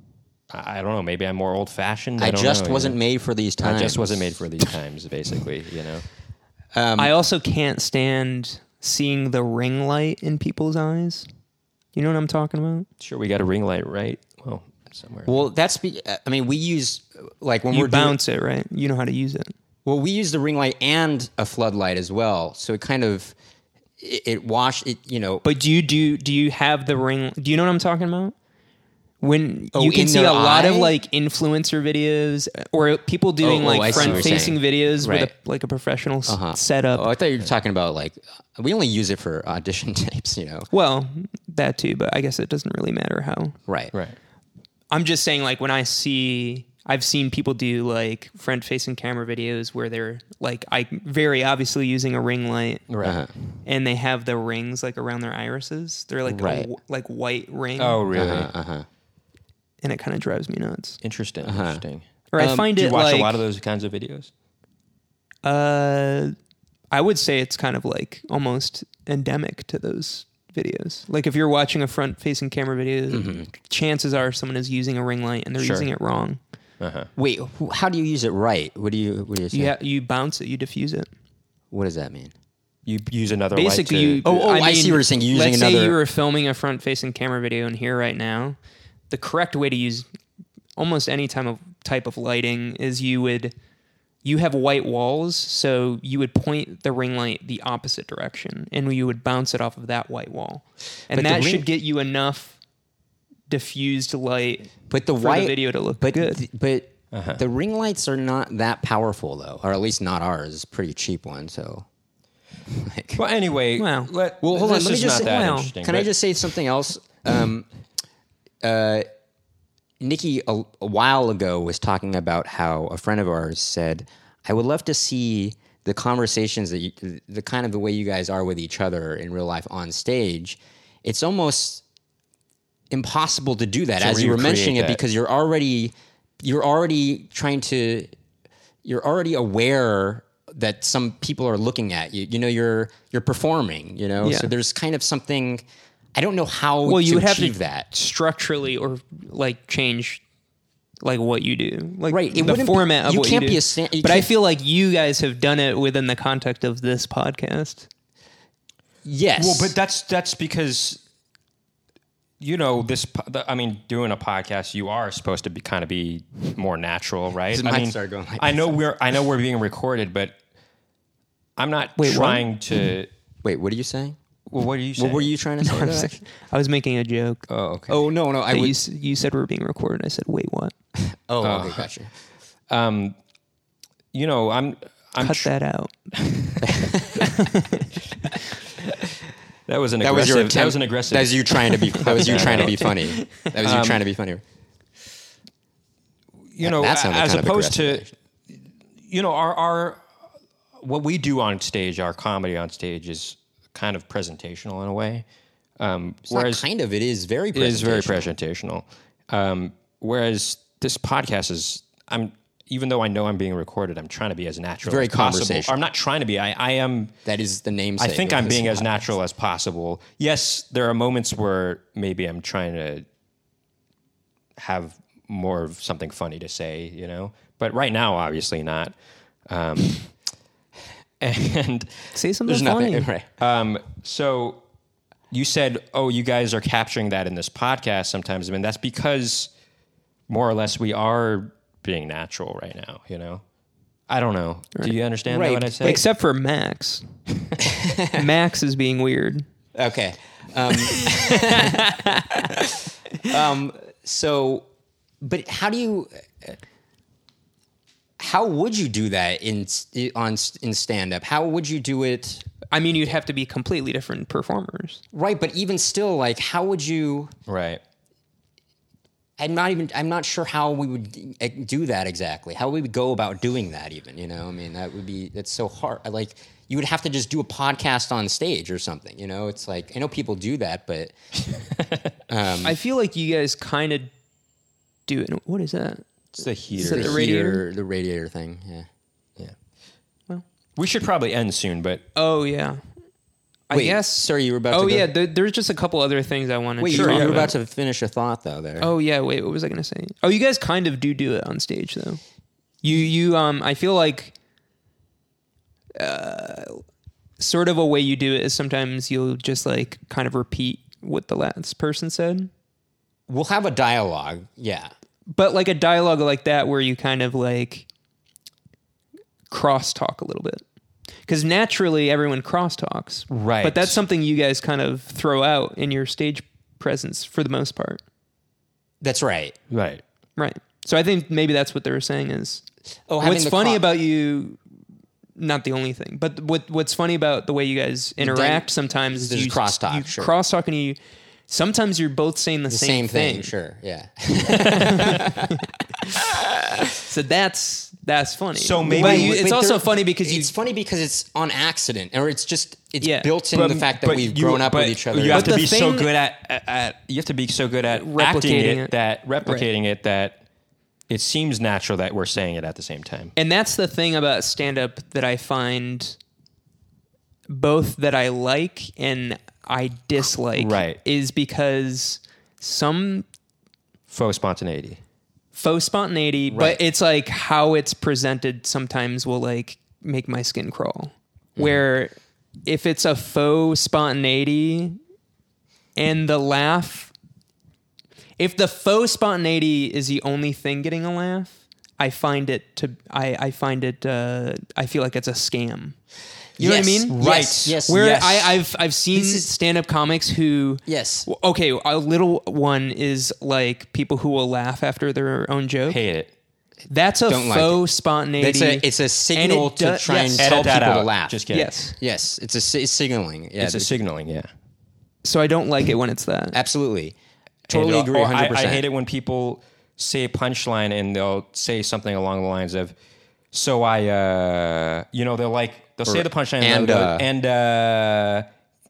Speaker 3: I I don't know. Maybe I'm more old fashioned. I,
Speaker 1: I
Speaker 3: don't
Speaker 1: just
Speaker 3: know, you
Speaker 1: wasn't
Speaker 3: know.
Speaker 1: made for these times.
Speaker 3: I just wasn't made for these times, basically. You know.
Speaker 2: I also can't stand seeing the ring light in people's eyes. You know what I'm talking about?
Speaker 3: Sure, we got a ring light, right? Well, somewhere.
Speaker 1: Well, that's. Be- I mean, we use like when
Speaker 2: You
Speaker 1: we're doing,
Speaker 2: bounce it, right? You know how to use it.
Speaker 1: well, we use the ring light and a floodlight as well. So it kind of it, it wash it. You know,
Speaker 2: But do you do do you have the ring? Do you know what I'm talking about? When you
Speaker 1: Oh, in
Speaker 2: can see
Speaker 1: their
Speaker 2: a lot of
Speaker 1: eye?
Speaker 2: like influencer videos uh, or people doing
Speaker 1: oh, I
Speaker 2: like
Speaker 1: see what
Speaker 2: front
Speaker 1: you're
Speaker 2: facing videos with
Speaker 1: Right.
Speaker 2: a, like a professional s- setup.
Speaker 1: Oh, I thought you were talking about like we only use it for audition tapes. You know,
Speaker 2: Well, that too, but I guess it doesn't really matter how.
Speaker 1: right?
Speaker 3: right.
Speaker 2: I'm just saying, like, when I see, I've seen people do like front facing camera videos where they're like, I very obviously using a ring light
Speaker 3: Right.
Speaker 2: and they have the rings like around their irises. They're like, a
Speaker 1: Right.
Speaker 2: w like white ring.
Speaker 3: Oh, really?
Speaker 1: Uh-huh.
Speaker 2: And it kind of drives me nuts.
Speaker 3: Interesting. Interesting. Um,
Speaker 2: Or I find
Speaker 3: Do you
Speaker 2: it
Speaker 3: watch
Speaker 2: like,
Speaker 3: a lot of those kinds of videos?
Speaker 2: uh, I would say it's kind of like almost endemic to those videos. Like if you're watching a front facing camera video,
Speaker 3: Mm-hmm.
Speaker 2: chances are someone is using a ring light and they're using it wrong.
Speaker 1: Wait, wh- how do you use it right? What do you? What do you? Say?
Speaker 2: You ha- you bounce it, you diffuse it.
Speaker 1: What does that mean?
Speaker 3: You use another
Speaker 2: Basically,
Speaker 3: light to,
Speaker 2: you.
Speaker 1: Oh, oh, I see what you're saying, you're using
Speaker 2: let's say
Speaker 1: another-
Speaker 2: you were filming a front-facing camera video in here right now. The correct way to use almost any type of type of lighting is you would you have white walls, so you would point the ring light the opposite direction, and you would bounce it off of that white wall, and
Speaker 3: But the
Speaker 2: that
Speaker 3: ring-
Speaker 2: should get you enough diffused light.
Speaker 1: But the
Speaker 2: the
Speaker 1: white
Speaker 2: video to look
Speaker 1: but,
Speaker 2: good.
Speaker 1: th- but
Speaker 3: Uh-huh.
Speaker 1: the ring lights are not that powerful though, or at least not ours. Pretty cheap one. So, like,
Speaker 3: Well, anyway,
Speaker 2: Wow.
Speaker 3: let,
Speaker 1: well, hold on.
Speaker 3: this
Speaker 1: Let me
Speaker 3: is
Speaker 1: just
Speaker 3: not
Speaker 1: say,
Speaker 3: that
Speaker 2: wow.
Speaker 3: interesting.
Speaker 1: can I
Speaker 3: but-
Speaker 1: just say something else? Um, uh, Nikki a, a while ago was talking about how a friend of ours said, "I would love to see the conversations that you, the kind of the way you guys are with each other in real life on stage. It's almost impossible to do that, as you were
Speaker 3: recreate
Speaker 1: mentioning it,
Speaker 3: that.
Speaker 1: because you're already you're already trying to you're already aware." that some people are looking at you you know you're you're performing you know
Speaker 2: Yeah.
Speaker 1: so there's kind of something I don't know how
Speaker 2: Well,
Speaker 1: to
Speaker 2: you would have
Speaker 1: achieve
Speaker 2: to
Speaker 1: that.
Speaker 2: structurally or like change like what you do like
Speaker 1: Right, it
Speaker 2: the
Speaker 1: wouldn't be-
Speaker 2: format of
Speaker 1: you
Speaker 2: what
Speaker 1: can't
Speaker 2: you
Speaker 1: be
Speaker 2: do
Speaker 1: a sta- you
Speaker 2: but i
Speaker 1: can't-
Speaker 2: feel like you guys have done it within the context of this podcast
Speaker 1: Yes.
Speaker 3: Well, but that's that's because you know this. po- the- I mean, doing a podcast, you are supposed to be kind of be more natural, right? I
Speaker 1: mic
Speaker 3: mean,
Speaker 1: started going like
Speaker 3: I know we're I know we're being recorded, but I'm not
Speaker 2: what?
Speaker 3: trying to.
Speaker 1: wait, what are you saying?
Speaker 3: Well, what are you saying?
Speaker 1: What were you trying to say? to that?
Speaker 2: i was making a joke
Speaker 3: Oh, okay.
Speaker 1: Oh no, no, I
Speaker 2: that
Speaker 1: would.
Speaker 2: you, s- you said we're being recorded i said wait what
Speaker 1: oh, okay, gotcha.
Speaker 3: You know, I'm. I'm
Speaker 2: cut
Speaker 3: tr-
Speaker 2: that out
Speaker 3: that was an
Speaker 1: That was
Speaker 3: aggressive.
Speaker 1: your attempt.
Speaker 3: that was an aggressive. Um,
Speaker 1: That was you trying to be. That was you trying to be funny. That was you trying to be funny.
Speaker 3: you know,
Speaker 1: that sounded
Speaker 3: as
Speaker 1: kind of
Speaker 3: opposed to,
Speaker 1: aggressive,
Speaker 3: you know, our our what we do on stage, our comedy on stage is kind of presentational in a way. Um,
Speaker 1: It's not kind of. It is very.
Speaker 3: It is very presentational. Um, whereas this podcast is, I'm even though I know I'm being recorded, I'm trying to be as natural,
Speaker 1: Very
Speaker 3: as possible.
Speaker 1: conversational.
Speaker 3: I'm not trying to be. I, I am.
Speaker 1: That is the name.
Speaker 3: I think I'm being as natural as possible. Yes, there are moments where maybe I'm trying to have more of something funny to say, you know. But right now, obviously not. Um, and
Speaker 2: say something
Speaker 1: There's
Speaker 2: funny
Speaker 1: nothing. Right.
Speaker 3: um, so you said, oh, you guys are capturing that in this podcast sometimes. I mean, that's because more or less we are being natural right now, you know? I don't know. Do you understand
Speaker 1: Right.
Speaker 3: what I said?
Speaker 2: except for max max is being weird
Speaker 1: Okay. Um, um, so, but how do you? How would you do that in on in stand up? How would you do it?
Speaker 2: i mean you'd have to be completely different performers
Speaker 1: Right, but even still, like, how would you?
Speaker 3: right.
Speaker 1: I'm not even. I'm not sure how we would d- eh, do that exactly. How we would go about doing that, even. You know, I mean, that would be. That's so hard. I Like, you would have to just do a podcast on stage or something. You know, it's like I know people do that, but Um,
Speaker 2: i feel like you guys kind of do it what is that
Speaker 3: It's the
Speaker 2: Is it
Speaker 3: heater.
Speaker 2: the radiator?
Speaker 1: Here, the radiator thing. Yeah.
Speaker 3: we should probably end soon, but
Speaker 2: Oh yeah. I
Speaker 1: Wait,
Speaker 2: guess.
Speaker 1: sorry, you were about
Speaker 2: Oh
Speaker 1: to go-
Speaker 2: yeah. There, there's just a couple other things I wanted.
Speaker 1: Wait,
Speaker 2: to
Speaker 1: you,
Speaker 2: talk
Speaker 1: you were
Speaker 2: about.
Speaker 1: about to finish a thought though. There.
Speaker 2: Oh yeah. Wait, what was I gonna say? Oh, you guys kind of do do it on stage though. You you um. I feel like. Uh, sort of a way you do it is sometimes you'll just like kind of repeat what the last person said,
Speaker 1: We'll have a dialogue. Yeah.
Speaker 2: but like a dialogue like that where you kind of like cross talk a little bit. Because naturally everyone cross talks.
Speaker 3: Right.
Speaker 2: But that's something you guys kind of throw out in your stage presence for the most part.
Speaker 1: That's right.
Speaker 3: right.
Speaker 2: Right. So I think maybe that's what they were saying is
Speaker 1: Oh, having
Speaker 2: what's
Speaker 1: the
Speaker 2: funny
Speaker 1: cro-
Speaker 2: about you not the only thing, but what what's funny about the way you guys interact sometimes is
Speaker 1: There's
Speaker 2: you
Speaker 1: crosstalk,
Speaker 2: you
Speaker 1: sure.
Speaker 2: crosstalk and you sometimes you're both saying the,
Speaker 1: same,
Speaker 2: same,
Speaker 1: thing. Sure. Yeah.
Speaker 2: So that's that's funny.
Speaker 3: So maybe-
Speaker 2: But you- it's
Speaker 1: But
Speaker 2: also
Speaker 1: there-
Speaker 2: funny because you
Speaker 1: it's funny because it's on accident, or it's just it's
Speaker 2: Yeah.
Speaker 1: built in the fact that we've grown up with each other.
Speaker 3: You have
Speaker 2: But
Speaker 3: to
Speaker 2: the
Speaker 3: be so
Speaker 2: thing-
Speaker 3: good at, at, at- you have to be so good at acting
Speaker 2: Replicating
Speaker 3: it,
Speaker 2: it.
Speaker 3: that replicating it that it seems natural that we're saying it at the same time.
Speaker 2: and that's the thing about stand up that I find both that I like and I dislike
Speaker 3: Right.
Speaker 2: is because some
Speaker 3: Faux spontaneity.
Speaker 2: faux spontaneity, but it's like
Speaker 1: Mm-hmm.
Speaker 2: how it's presented sometimes will like make my skin crawl. Where if it's a faux spontaneity and the laugh if the faux spontaneity is the only thing getting a laugh i find it to i i find it uh i feel like it's a scam you
Speaker 1: Yes,
Speaker 2: know what i mean
Speaker 1: right, yes,
Speaker 2: where
Speaker 1: yes.
Speaker 2: i i've i've seen
Speaker 1: This is-
Speaker 2: stand-up comics who
Speaker 1: Yes.
Speaker 2: W- okay a little one is like people who will laugh after their own joke
Speaker 3: Hate it.
Speaker 2: that's a
Speaker 1: Don't
Speaker 2: faux
Speaker 1: like
Speaker 2: spontaneity
Speaker 1: It's a it's a signal to
Speaker 2: do-
Speaker 1: try
Speaker 2: yes.
Speaker 1: and tell
Speaker 3: Edit that
Speaker 1: people to
Speaker 3: out.
Speaker 1: laugh.
Speaker 3: Just kidding.
Speaker 2: yes
Speaker 1: yes, it's a si- it's signaling. Yeah,
Speaker 3: It's a signaling, yeah.
Speaker 2: so i don't like it when it's that
Speaker 1: absolutely. Totally
Speaker 3: Hate it.
Speaker 1: agree.
Speaker 3: Or
Speaker 1: Hundred
Speaker 3: I, I
Speaker 1: percent.
Speaker 3: hate it when people say a punchline and they'll say something along the lines of, "So I, uh, you know, they're like they'll say the punchline
Speaker 1: and,
Speaker 3: and they'll go,
Speaker 1: uh,
Speaker 3: and uh,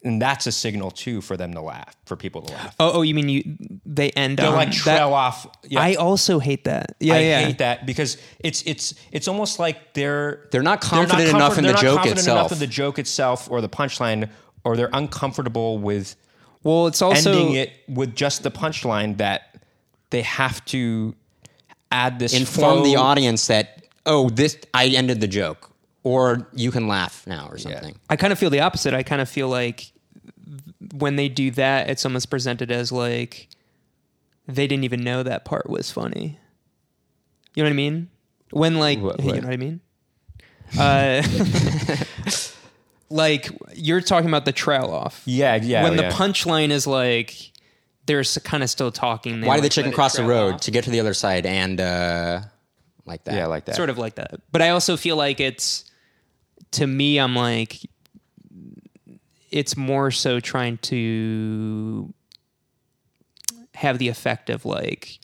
Speaker 3: and that's a signal too for them to laugh, for people to laugh.
Speaker 2: Oh, oh, you mean you? They end
Speaker 3: They'll
Speaker 2: on
Speaker 3: like
Speaker 2: that-
Speaker 3: trail off. Yeah,
Speaker 2: I also hate that. Yeah,
Speaker 3: I
Speaker 2: yeah.
Speaker 3: hate that because it's it's it's almost like they're
Speaker 1: They're not confident enough in
Speaker 3: they're
Speaker 1: the
Speaker 3: not
Speaker 1: joke
Speaker 3: confident
Speaker 1: itself.
Speaker 3: enough in the joke itself or the punchline, or they're uncomfortable with
Speaker 2: Well, it's also
Speaker 3: ending it with just the punchline that they have to add this
Speaker 1: Inform the
Speaker 3: faux-
Speaker 1: audience that oh this I ended the joke or you can laugh now or something.
Speaker 2: I kind of feel the opposite. I kind of feel like when they do that, it's almost presented as like they didn't even know that part was funny. You know what I mean? When like you know what I mean? Uh, like you're talking about the trail off.
Speaker 3: Yeah, yeah.
Speaker 2: when
Speaker 3: yeah.
Speaker 2: the punchline is like they're kind of still talking. they,
Speaker 1: Why did the
Speaker 2: like,
Speaker 1: chicken
Speaker 2: let it
Speaker 1: cross the
Speaker 2: trail
Speaker 1: road
Speaker 2: off.
Speaker 1: to get to the other side and uh, like that?
Speaker 3: yeah, like that.
Speaker 2: sort of like that. But I also feel like it's to me, I'm like it's more so trying to have the effect of like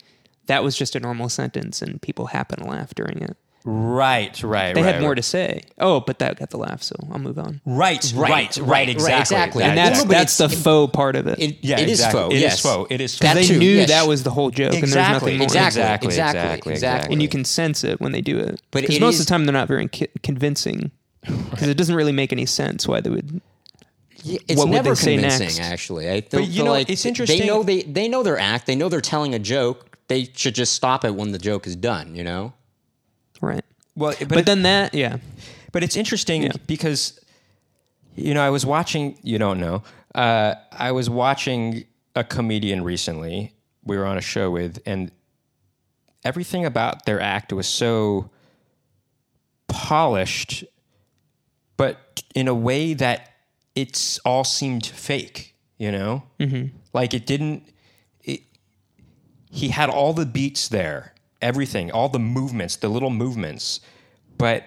Speaker 2: that was just a normal sentence and people happen to laugh during it.
Speaker 3: right, right.
Speaker 2: They
Speaker 3: right,
Speaker 2: had more
Speaker 3: right.
Speaker 2: to say. Oh, but that got the laugh, so I'll move on.
Speaker 3: Right, right, right,
Speaker 1: right,
Speaker 3: exactly,
Speaker 1: exactly.
Speaker 3: That-
Speaker 2: And that's
Speaker 1: Well, no, but
Speaker 2: that's the
Speaker 1: it's-
Speaker 2: faux part of it.
Speaker 1: It,
Speaker 3: Yeah,
Speaker 1: it is
Speaker 3: exactly.
Speaker 1: faux.
Speaker 3: It is
Speaker 1: yes.
Speaker 3: faux. It is faux.
Speaker 1: That
Speaker 2: they
Speaker 1: too,
Speaker 2: knew
Speaker 1: yes.
Speaker 2: that was the whole joke and there's
Speaker 3: exactly,
Speaker 2: nothing more.
Speaker 1: Exactly,
Speaker 3: exactly,
Speaker 1: exactly,
Speaker 3: exactly,
Speaker 1: exactly.
Speaker 2: And you can sense it when they do it.
Speaker 1: But
Speaker 2: Because
Speaker 1: it
Speaker 2: most
Speaker 1: is-
Speaker 2: of the time they're not very con- convincing. Because it doesn't really make any sense why they would
Speaker 1: Yeah, It's
Speaker 2: What would
Speaker 1: never
Speaker 2: they say
Speaker 1: convincing,
Speaker 2: next?
Speaker 1: actually. I feel,
Speaker 3: you
Speaker 1: feel
Speaker 3: know,
Speaker 1: like
Speaker 3: it's
Speaker 1: They
Speaker 3: interesting-
Speaker 1: know they they know their act. They know they're telling a joke. They should just stop it when the joke is done. You know.
Speaker 2: Right.
Speaker 3: Well, but,
Speaker 2: But,
Speaker 3: it-
Speaker 2: then that, yeah.
Speaker 3: But it's interesting
Speaker 2: Yeah.
Speaker 3: because, you know, I was watching, you don't know, uh, I was watching a comedian recently we were on a show with, and everything about their act was so polished, but in a way that it's all seemed fake, you know? Mm-hmm. Like it didn't, he had all the beats there, everything, all the movements, the little movements, but